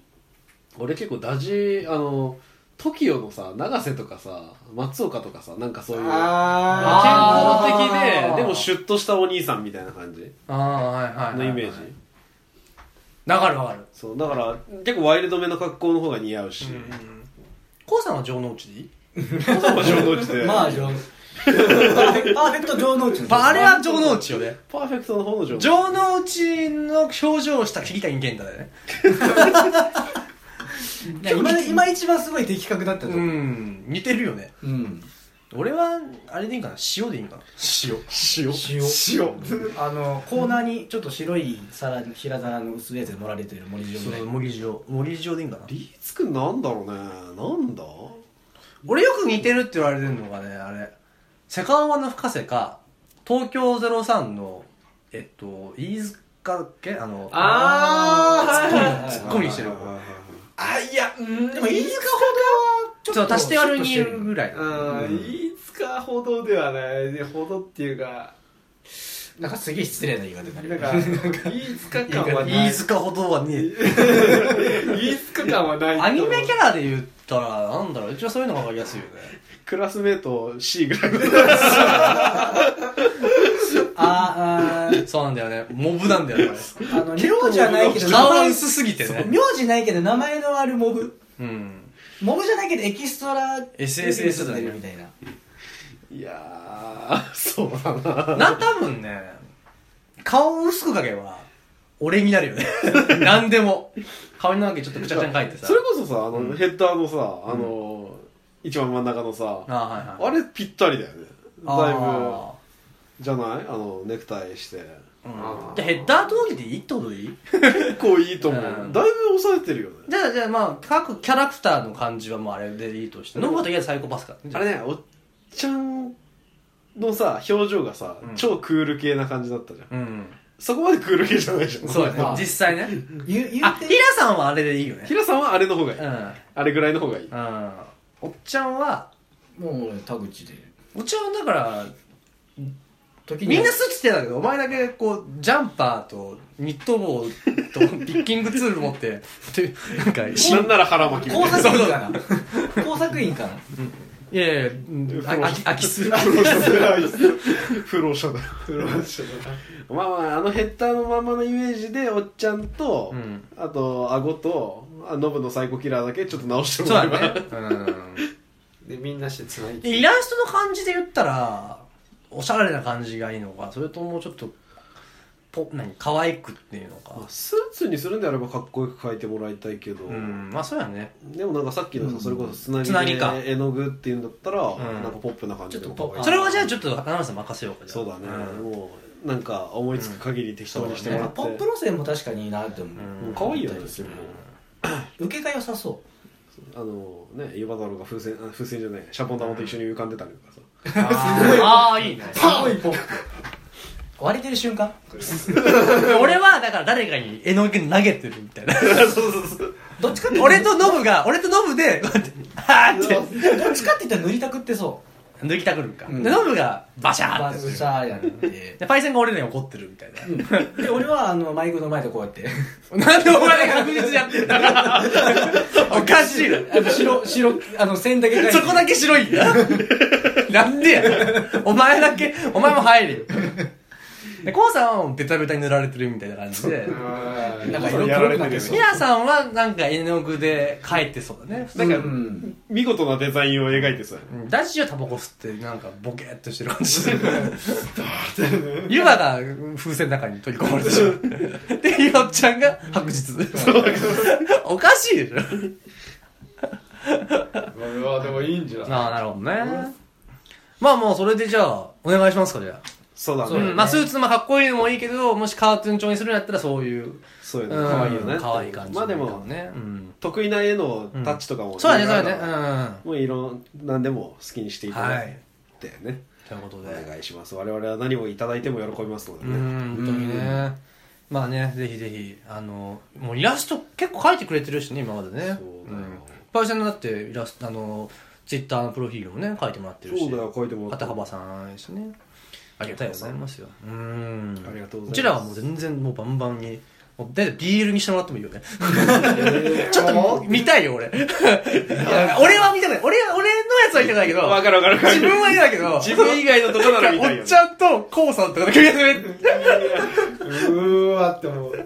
[SPEAKER 2] 俺結構ダジあの TOKIO のさ永瀬とかさ松岡とかさなんかそういう健
[SPEAKER 3] あ
[SPEAKER 1] あー
[SPEAKER 2] 康
[SPEAKER 1] あー
[SPEAKER 2] 的ででもシュッとしたお兄さんみたいな感じ
[SPEAKER 1] ああはいはい、はい、
[SPEAKER 2] のイメージ、
[SPEAKER 1] わかるわかる
[SPEAKER 2] そうだから結構ワイルドめの格好の方が似合うし、
[SPEAKER 1] コウさんは城之内でいい
[SPEAKER 2] そう場所のうちで
[SPEAKER 4] *laughs* まあ上パーフェパーフェクト城之内ですね
[SPEAKER 1] あれは城之内よね
[SPEAKER 2] パーフェクトの方の情報
[SPEAKER 1] 城之内の表情をした桐谷健太だよ *laughs* ね
[SPEAKER 4] いや今今一番すごい的確だったと
[SPEAKER 1] う
[SPEAKER 4] 思うん
[SPEAKER 1] 似てるよね
[SPEAKER 4] うん
[SPEAKER 1] 俺はあれでいいんかな塩でいいんかな塩塩
[SPEAKER 4] 塩
[SPEAKER 2] 塩
[SPEAKER 4] あのコーナーにちょっと白い皿に平皿の薄いやつで盛られてる森
[SPEAKER 1] そ
[SPEAKER 4] 塩
[SPEAKER 1] う
[SPEAKER 4] ね
[SPEAKER 1] 森塩森塩でいいんかな
[SPEAKER 2] リーツくんなんだろうねなんだ
[SPEAKER 1] 俺よく似てるって言われてるのがねあれセカオワの深瀬か東京03のえっと飯塚だっけあの
[SPEAKER 3] あーはいはいはい
[SPEAKER 1] ツッコミしてる
[SPEAKER 3] あいやうん
[SPEAKER 4] でも飯塚ほどはちょっ
[SPEAKER 1] そう
[SPEAKER 4] と
[SPEAKER 1] 足して割るにいるぐらい
[SPEAKER 3] うんいつかほどではないでほどっていうか
[SPEAKER 4] なんかすげえ失礼な言い方になる
[SPEAKER 3] なんか飯塚感はない
[SPEAKER 1] 飯塚ほどはね
[SPEAKER 3] 飯塚感はない
[SPEAKER 1] アニメキャラで言ったらなんだろう一応そういうのが分かりやすいよね
[SPEAKER 2] クラスメート C ぐらいの
[SPEAKER 4] あー
[SPEAKER 1] そうなんだよねモブなんだよね
[SPEAKER 4] あ *laughs* ーあの名字はないけど
[SPEAKER 1] カワ
[SPEAKER 4] 名
[SPEAKER 1] ウ
[SPEAKER 4] 前
[SPEAKER 1] スすぎてね
[SPEAKER 4] 名字ないけど名前のあるモブ
[SPEAKER 1] うん
[SPEAKER 4] モブじゃないけどエキストラ
[SPEAKER 1] SSS だね
[SPEAKER 4] 出るみたいない
[SPEAKER 2] やーそうだな
[SPEAKER 1] な多分ね顔を薄く描けば俺になるよね何でも顔になわけちょっとくちゃくちゃに描いてさ
[SPEAKER 2] *laughs* それこそさあの、ヘッダーのさあの、一番真ん中のさ
[SPEAKER 1] あはいはい
[SPEAKER 2] あれぴったりだよねだいぶ
[SPEAKER 1] あ
[SPEAKER 2] じゃないあのネクタイして
[SPEAKER 1] ー
[SPEAKER 3] あ
[SPEAKER 1] うん
[SPEAKER 3] ー
[SPEAKER 1] じゃあヘッダー通りでいいってことでいい
[SPEAKER 2] 結構いいと思う、
[SPEAKER 1] うん
[SPEAKER 2] だいぶ抑えてるよね
[SPEAKER 1] じゃあじゃあまあ各キャラクターの感じはもうあれでいいとしてノブといえばサイコパスか
[SPEAKER 2] あれねおっちゃんのさ表情がさ、
[SPEAKER 1] うん
[SPEAKER 2] 超クール系な感じだったじゃん
[SPEAKER 1] うん
[SPEAKER 2] そこまでクール系じゃないじゃん
[SPEAKER 1] そうだ
[SPEAKER 2] *laughs*
[SPEAKER 4] あ
[SPEAKER 1] ね実際ね
[SPEAKER 4] 言う言
[SPEAKER 1] あ
[SPEAKER 4] うて
[SPEAKER 1] ヒラさんはあれでいいよね
[SPEAKER 2] 平さんはあれの方がいい、
[SPEAKER 1] うん
[SPEAKER 2] あれぐらいの方がいい
[SPEAKER 1] うんおっちゃんは
[SPEAKER 4] もう俺田口で
[SPEAKER 1] おっちゃんはだから
[SPEAKER 4] 時
[SPEAKER 1] みんなスーツ着てたけどお前だけこうジャンパーとニット帽とピッキングツール持ってでなんかし
[SPEAKER 2] なんなら腹巻きみた
[SPEAKER 4] 工
[SPEAKER 2] いな
[SPEAKER 4] 作員かな *laughs* 工作員かない
[SPEAKER 1] やいやうんあ空き空き巣
[SPEAKER 2] 不老者だ
[SPEAKER 3] プロモーションだな
[SPEAKER 2] まあまああのヘッダーのまんまのイメージでおっちゃんと、
[SPEAKER 1] うん
[SPEAKER 2] あと顎とあノブのサイコキラーだけちょっと直して
[SPEAKER 1] そう
[SPEAKER 2] もらえ
[SPEAKER 1] だ
[SPEAKER 2] ば、
[SPEAKER 1] ねうん
[SPEAKER 3] でみんなしてつないで
[SPEAKER 1] でイラストの感じで言ったらおしゃれな感じがいいのかそれともちょっとポ何可愛くっていうの
[SPEAKER 2] まあ
[SPEAKER 1] か
[SPEAKER 2] スーツにするんであればかっこよく描いてもらいたいけど、
[SPEAKER 1] うんまあそうやね
[SPEAKER 2] でもなんかさっきのさ、それこそつな
[SPEAKER 1] つなぎか
[SPEAKER 2] ぎで絵の具っていうんだったら、なんかポップな感じで
[SPEAKER 4] ちょっとポップ
[SPEAKER 1] それはじゃあちょっと花村さん任せようかじゃあ
[SPEAKER 2] そうだね、
[SPEAKER 1] ん
[SPEAKER 2] もうなんか思いつく限り適当にしても
[SPEAKER 4] な
[SPEAKER 2] ら
[SPEAKER 4] んか
[SPEAKER 2] って、
[SPEAKER 4] ポップ路線も確かにいいなって思
[SPEAKER 1] うん
[SPEAKER 4] う
[SPEAKER 2] もう可愛いよねそれも
[SPEAKER 4] 受けが良さそ
[SPEAKER 2] あのね湯葉太郎が風船あ風船じゃないシャボン玉と一緒に浮かんでたりとかさ、
[SPEAKER 1] ああいい
[SPEAKER 4] *laughs*
[SPEAKER 1] ね
[SPEAKER 4] うすごいポップ割れてる瞬間
[SPEAKER 1] 俺はだから誰かに絵の具投げてるみたいな
[SPEAKER 4] どっちかっていうと
[SPEAKER 1] 俺とノブが俺とノブでこうやってはーって
[SPEAKER 4] どっちかって言ったら塗りたくってそ
[SPEAKER 1] 抜きたくるんか、
[SPEAKER 4] うん
[SPEAKER 1] でノブがバシ
[SPEAKER 4] う
[SPEAKER 1] ャー
[SPEAKER 4] バ
[SPEAKER 1] って
[SPEAKER 4] ズ
[SPEAKER 1] す
[SPEAKER 4] シ
[SPEAKER 1] る
[SPEAKER 4] ャーやって
[SPEAKER 1] でパイセンが俺らに怒ってるみたいな、
[SPEAKER 4] で俺はあのマイクの前でこうや *laughs* って
[SPEAKER 1] なんでお前が確実やってん
[SPEAKER 4] *laughs*
[SPEAKER 1] だおかしいな
[SPEAKER 4] あの白白あの線だけ描いて
[SPEAKER 1] そこだけ白いんだなんでやお前だけお前も入るよでコウさんはもうベタベタに塗られてるみたいな感じで
[SPEAKER 4] なん
[SPEAKER 2] んか
[SPEAKER 4] か色
[SPEAKER 2] 色黒く
[SPEAKER 4] 黒くな
[SPEAKER 2] な
[SPEAKER 4] っ
[SPEAKER 2] ってて
[SPEAKER 4] そ
[SPEAKER 2] そうう
[SPEAKER 1] ミラさんはなんか絵の具で描いてそうだね
[SPEAKER 2] なんか、
[SPEAKER 4] ん
[SPEAKER 2] 見事なデザインを描いてさ
[SPEAKER 1] うんダッシュはタバコ吸ってなんかボケっとしてる感じする湯葉が風船の中に取り込まれてしまう *laughs* でゆばちゃんが白日おかしいでしょ
[SPEAKER 3] これはでもいいんじゃない
[SPEAKER 1] ああなるほどねまあもうそれでじゃあお願いしますかじゃあ
[SPEAKER 2] そうだ
[SPEAKER 1] うん
[SPEAKER 2] ね
[SPEAKER 1] まあスーツのまあかっこいいのもいいけどもしカートゥーン調にするんやったらそういう
[SPEAKER 2] そういううんの可愛いよね
[SPEAKER 1] 可愛い感じ
[SPEAKER 2] まあで
[SPEAKER 1] いいか
[SPEAKER 2] も
[SPEAKER 1] ねうん
[SPEAKER 2] 得意な絵のタッチとかも、
[SPEAKER 1] そうだねそうだねうん
[SPEAKER 2] もういろんなんでも好きにしていただいてね、
[SPEAKER 1] ということで
[SPEAKER 2] お願いします我々は何をいただいても喜びますので
[SPEAKER 1] うん
[SPEAKER 2] ね、
[SPEAKER 1] 本当にねまあねぜひぜひあのもうイラスト結構描いてくれてるしね今までね
[SPEAKER 2] そうだよ
[SPEAKER 1] んパイセンのだってイラストあのツイッターのプロフィールもね書いてもらってるし
[SPEAKER 2] そうだよ書いてもらって
[SPEAKER 1] 片幅さんですねありがたいございますようん
[SPEAKER 2] ありがとうございます
[SPEAKER 1] うちらはもう全然もうバンバンにもうだいたい BL にしてもらってもいいよね
[SPEAKER 2] *laughs*
[SPEAKER 3] ちょっとも
[SPEAKER 1] *laughs* 見たいよ俺いや俺は見たくない俺は俺のやつは見たくないけど
[SPEAKER 2] 分かる分かる分かる
[SPEAKER 1] 自分は見たいけど
[SPEAKER 2] 自分以外のとこなら見たい
[SPEAKER 1] お
[SPEAKER 2] よ
[SPEAKER 1] っ
[SPEAKER 2] ね
[SPEAKER 1] ちゃんとこうさんとかの組み合わせ
[SPEAKER 3] うーわって思う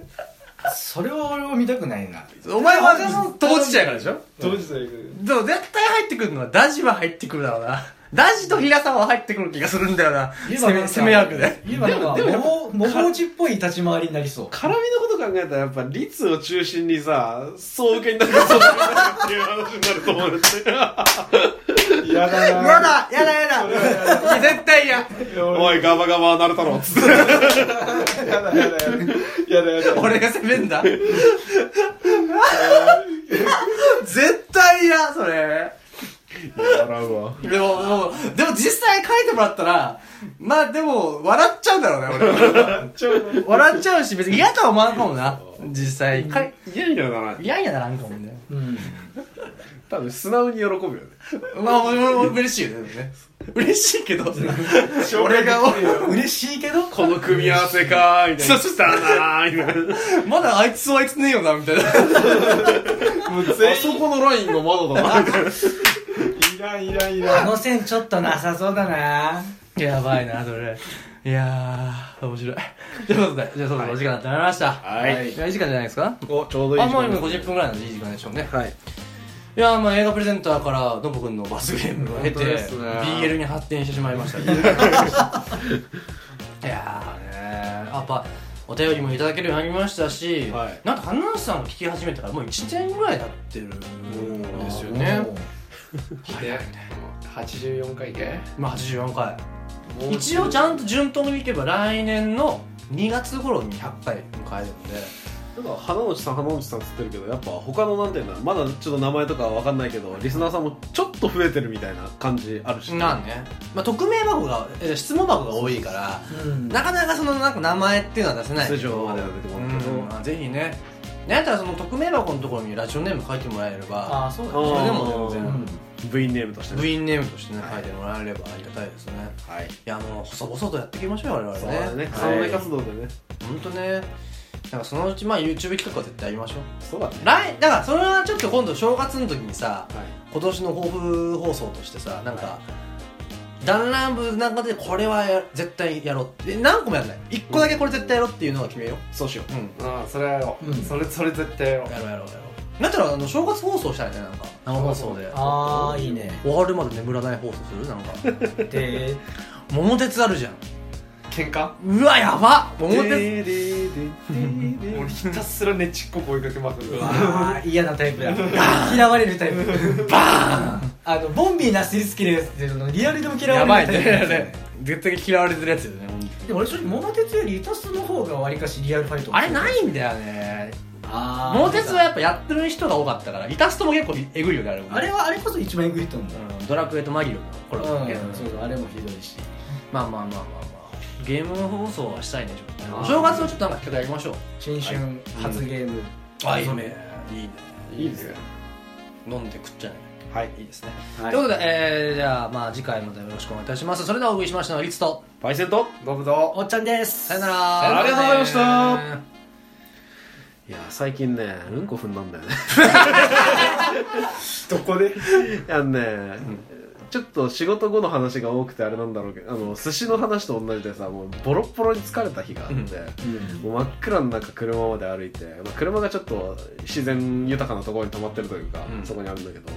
[SPEAKER 4] それは俺は見たくないな
[SPEAKER 1] お前は当事者やからでしょ
[SPEAKER 3] 当時という
[SPEAKER 1] でも絶対入ってくるのはダジは入ってくるだろうなダジと平沢は入ってくる気がするんだよな攻め攻め役で
[SPEAKER 4] 言えばなんか
[SPEAKER 2] でもで
[SPEAKER 4] 模倣模倣地っぽい立ち回りになりそう
[SPEAKER 2] 絡みのこと考えたらやっぱ率を中心にさ総受けになるそうだっていう話になると思うんですよ
[SPEAKER 3] やだな
[SPEAKER 1] やだやだやだ絶対嫌
[SPEAKER 2] おいガバガバなるだろうつって
[SPEAKER 3] やだやだやだやだやだ
[SPEAKER 1] 俺が攻めんだ絶対嫌それ
[SPEAKER 2] 笑うわ
[SPEAKER 1] でももうでも実際書いてもらったらまあでも笑っちゃうんだろうね俺は笑っちゃうし別に嫌とは思わんかもな実際かい
[SPEAKER 2] 嫌にはならない
[SPEAKER 1] 嫌にはならんかもね
[SPEAKER 4] うん
[SPEAKER 2] 多分素直に喜ぶよね
[SPEAKER 1] まあ、俺も俺も嬉しいよね、でもね。嬉しいけ *laughs* ど、俺が、
[SPEAKER 4] 嬉しいけど
[SPEAKER 2] この組み合わせかーみたいな
[SPEAKER 1] そう
[SPEAKER 2] したなーみたいな
[SPEAKER 1] まだあいつはあいつねえよな、みたいな。
[SPEAKER 3] もう全
[SPEAKER 2] あそこのラインがまだだなみたいな
[SPEAKER 3] 員いらんいらんいらん
[SPEAKER 4] あの線ちょっとなさそうだな
[SPEAKER 1] やばいな、それ。いやー、面白い。ということで、じゃあそろそろお時間になってまいりました。
[SPEAKER 2] はい
[SPEAKER 1] いやいい時間じゃないですか
[SPEAKER 2] *laughs* おちょうどいい
[SPEAKER 1] あ、
[SPEAKER 2] 時間
[SPEAKER 1] もう今50分ぐらいなんでいい時間でしょうね。
[SPEAKER 2] はい
[SPEAKER 1] いやー、まあ映画プレゼンターから、のぶくんの罰ゲームを経て、
[SPEAKER 2] 本当ですね
[SPEAKER 1] BL に発展してしまい
[SPEAKER 2] *laughs*
[SPEAKER 1] ました。いやーねー、やっぱ、お便りもいただけるようになりましたし、
[SPEAKER 2] はい
[SPEAKER 1] なんか花梨さんを聞き始めてからもう1年ぐらい経ってるんですよね。
[SPEAKER 3] 早いね84回で
[SPEAKER 1] まあ84回一応ちゃんと順当にいけば来年の2月頃に100回迎えるので
[SPEAKER 2] なんか花の内さん花の内さんっつってるけどやっぱ他のなんていうのまだちょっと名前とかは分かんないけどリスナーさんもちょっと増えてるみたいな感じあるし
[SPEAKER 1] なんね、まあ、匿名箱がえー質問箱が多いから
[SPEAKER 4] うん
[SPEAKER 1] なかなかそのなんか名前っていうのは出せない
[SPEAKER 2] 通常までは出てこないけど
[SPEAKER 1] うんまあぜひねなんやったらその匿名箱のところにラジオネーム書いてもらえれば
[SPEAKER 4] ああそうだ
[SPEAKER 2] あー
[SPEAKER 1] そ
[SPEAKER 4] ね
[SPEAKER 1] れでも全然
[SPEAKER 2] 部員ネームとしてね
[SPEAKER 1] 部員ネームとしてね
[SPEAKER 2] はい
[SPEAKER 1] 書いてもらえればありがたいですね
[SPEAKER 2] はい
[SPEAKER 1] いやもう細々とやっていきましょうよ我
[SPEAKER 2] そう
[SPEAKER 1] 々
[SPEAKER 2] だ
[SPEAKER 1] ね
[SPEAKER 2] ね
[SPEAKER 1] は
[SPEAKER 2] 草の根活動でね
[SPEAKER 1] いほんとねなんかそのうちまあ YouTube 企画は絶対やりましょう
[SPEAKER 2] そうだね
[SPEAKER 1] 来だからそれはちょっと今度正月の時にさ
[SPEAKER 2] はい
[SPEAKER 1] 今年の抱負放送としてさなんか、弾丸部なんかでこれはや絶対やろうって何個もやんない1個だけこれ絶対やろうっていうのは決めよ
[SPEAKER 2] そうしよ
[SPEAKER 1] う、うん、
[SPEAKER 3] ああそれはよ、
[SPEAKER 4] うん
[SPEAKER 3] それそれ絶対よ
[SPEAKER 1] やろうやろうやろうだったらあの正月放送したいねなんか生放送で
[SPEAKER 4] ああいいね
[SPEAKER 1] 終わるまで眠らない放送するなんか
[SPEAKER 4] で
[SPEAKER 1] 桃鉄あるじゃん
[SPEAKER 3] 喧嘩
[SPEAKER 1] うわやばっ
[SPEAKER 2] う
[SPEAKER 1] 桃鉄
[SPEAKER 2] で *laughs* でででで
[SPEAKER 3] 俺ひたすらねちっこく追いかけまくる
[SPEAKER 4] あー嫌なタイプだ嫌われるタイプバーンあのボンビーなすりつけるやつっていうのリアルでも嫌
[SPEAKER 1] やば
[SPEAKER 4] われ
[SPEAKER 1] い
[SPEAKER 4] るタイプですよ
[SPEAKER 1] ね絶対嫌われてるやつよね
[SPEAKER 4] でも俺正直桃鉄よりイタスの方がわりかしリアルファイト
[SPEAKER 1] あれないんだよね
[SPEAKER 4] あー
[SPEAKER 1] 桃鉄はやっぱやってる人が多かったからイタストも結構えぐいよねあれもね
[SPEAKER 4] あれはあれこそ一番エグいと思う
[SPEAKER 1] うんドラクエとマギオのコラボだけど
[SPEAKER 4] うんそうそうあれもひどいし
[SPEAKER 1] まあまあまあまあまあゲーム放送はしたいねちょっとね
[SPEAKER 4] あー
[SPEAKER 1] お正月をちょっとなんか企画やりましょう
[SPEAKER 4] 新春初ゲーム
[SPEAKER 1] いいね
[SPEAKER 2] いいですね
[SPEAKER 1] 飲んで食っちゃうね
[SPEAKER 2] はい
[SPEAKER 1] いいですね、
[SPEAKER 4] はい
[SPEAKER 1] ということで、えー、じゃあまあ次回までよろしくお願いいたしますそれではお送りしましたのはリツと
[SPEAKER 2] パイセント
[SPEAKER 3] どうもどう
[SPEAKER 4] おっちゃんです
[SPEAKER 1] さよなら
[SPEAKER 2] ありがとうございましたいや最近ねうんこ踏んだんだよね
[SPEAKER 3] どこで
[SPEAKER 2] あのねちょっと仕事後の話が多くてあれなんだろうけどあの寿司の話と同じでさもうボロッボロに疲れた日があって、もう真っ暗の中車まで歩いて、まあ、車がちょっと自然豊かなところに止まってるというか、
[SPEAKER 1] うん
[SPEAKER 2] そこにあるんだけど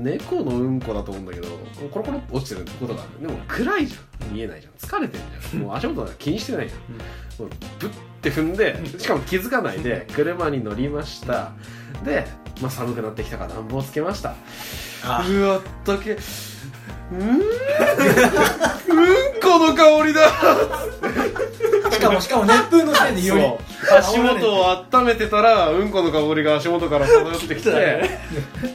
[SPEAKER 2] 猫のうんこだと思うんだけどコロコロって落ちてることがあるでも暗いじゃん見えないじゃん疲れてるじゃんもう足元なんか気にしてないじゃん、もうブッて踏んでしかも気づかないで車に乗りましたで、まあ、寒くなってきたから暖房つけました
[SPEAKER 4] あ
[SPEAKER 2] うわっとけうーんうんこの香りだ
[SPEAKER 4] かも熱風のせいでより
[SPEAKER 2] 足元を温めてたらうんこの香りが足元から漂って *laughs* きて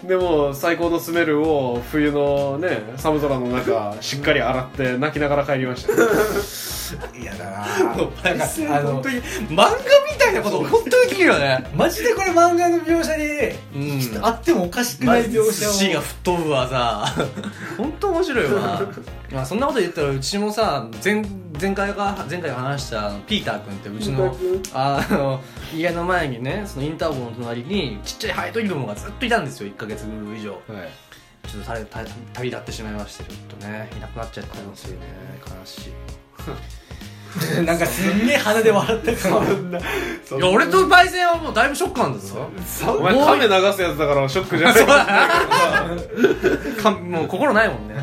[SPEAKER 2] でも最高のスメルを冬のね寒空の中しっかり洗って泣きながら帰りましたよ
[SPEAKER 4] 嫌だな
[SPEAKER 1] もうパイセン
[SPEAKER 4] あの
[SPEAKER 1] 本当に漫画みたいなこと本当にできるよね
[SPEAKER 4] マジでこれ漫画の描写に
[SPEAKER 1] うん
[SPEAKER 4] あってもおかしくない描写を
[SPEAKER 1] 寿司が吹っ飛ぶわさ本当面白いわまあそんなこと言ったらうちもさ前前回が前回話したあのピーター君ってうちのあの家の前にねそのインターホンの隣にちっちゃいハエトリグモがずっといたんですよ1か月以上
[SPEAKER 2] はい
[SPEAKER 1] ちょっと旅旅旅立ってしまいましてちょっとねいなくなっちゃったんですよね悲しい
[SPEAKER 4] *laughs* なんかすんげえ鼻で笑ってるから
[SPEAKER 1] いや俺とパイセンはもうだいぶショックなんだぞ
[SPEAKER 2] お前亀流すやつだからショックじゃ
[SPEAKER 1] *laughs*
[SPEAKER 2] ない
[SPEAKER 1] そうだなかもう心ないもんね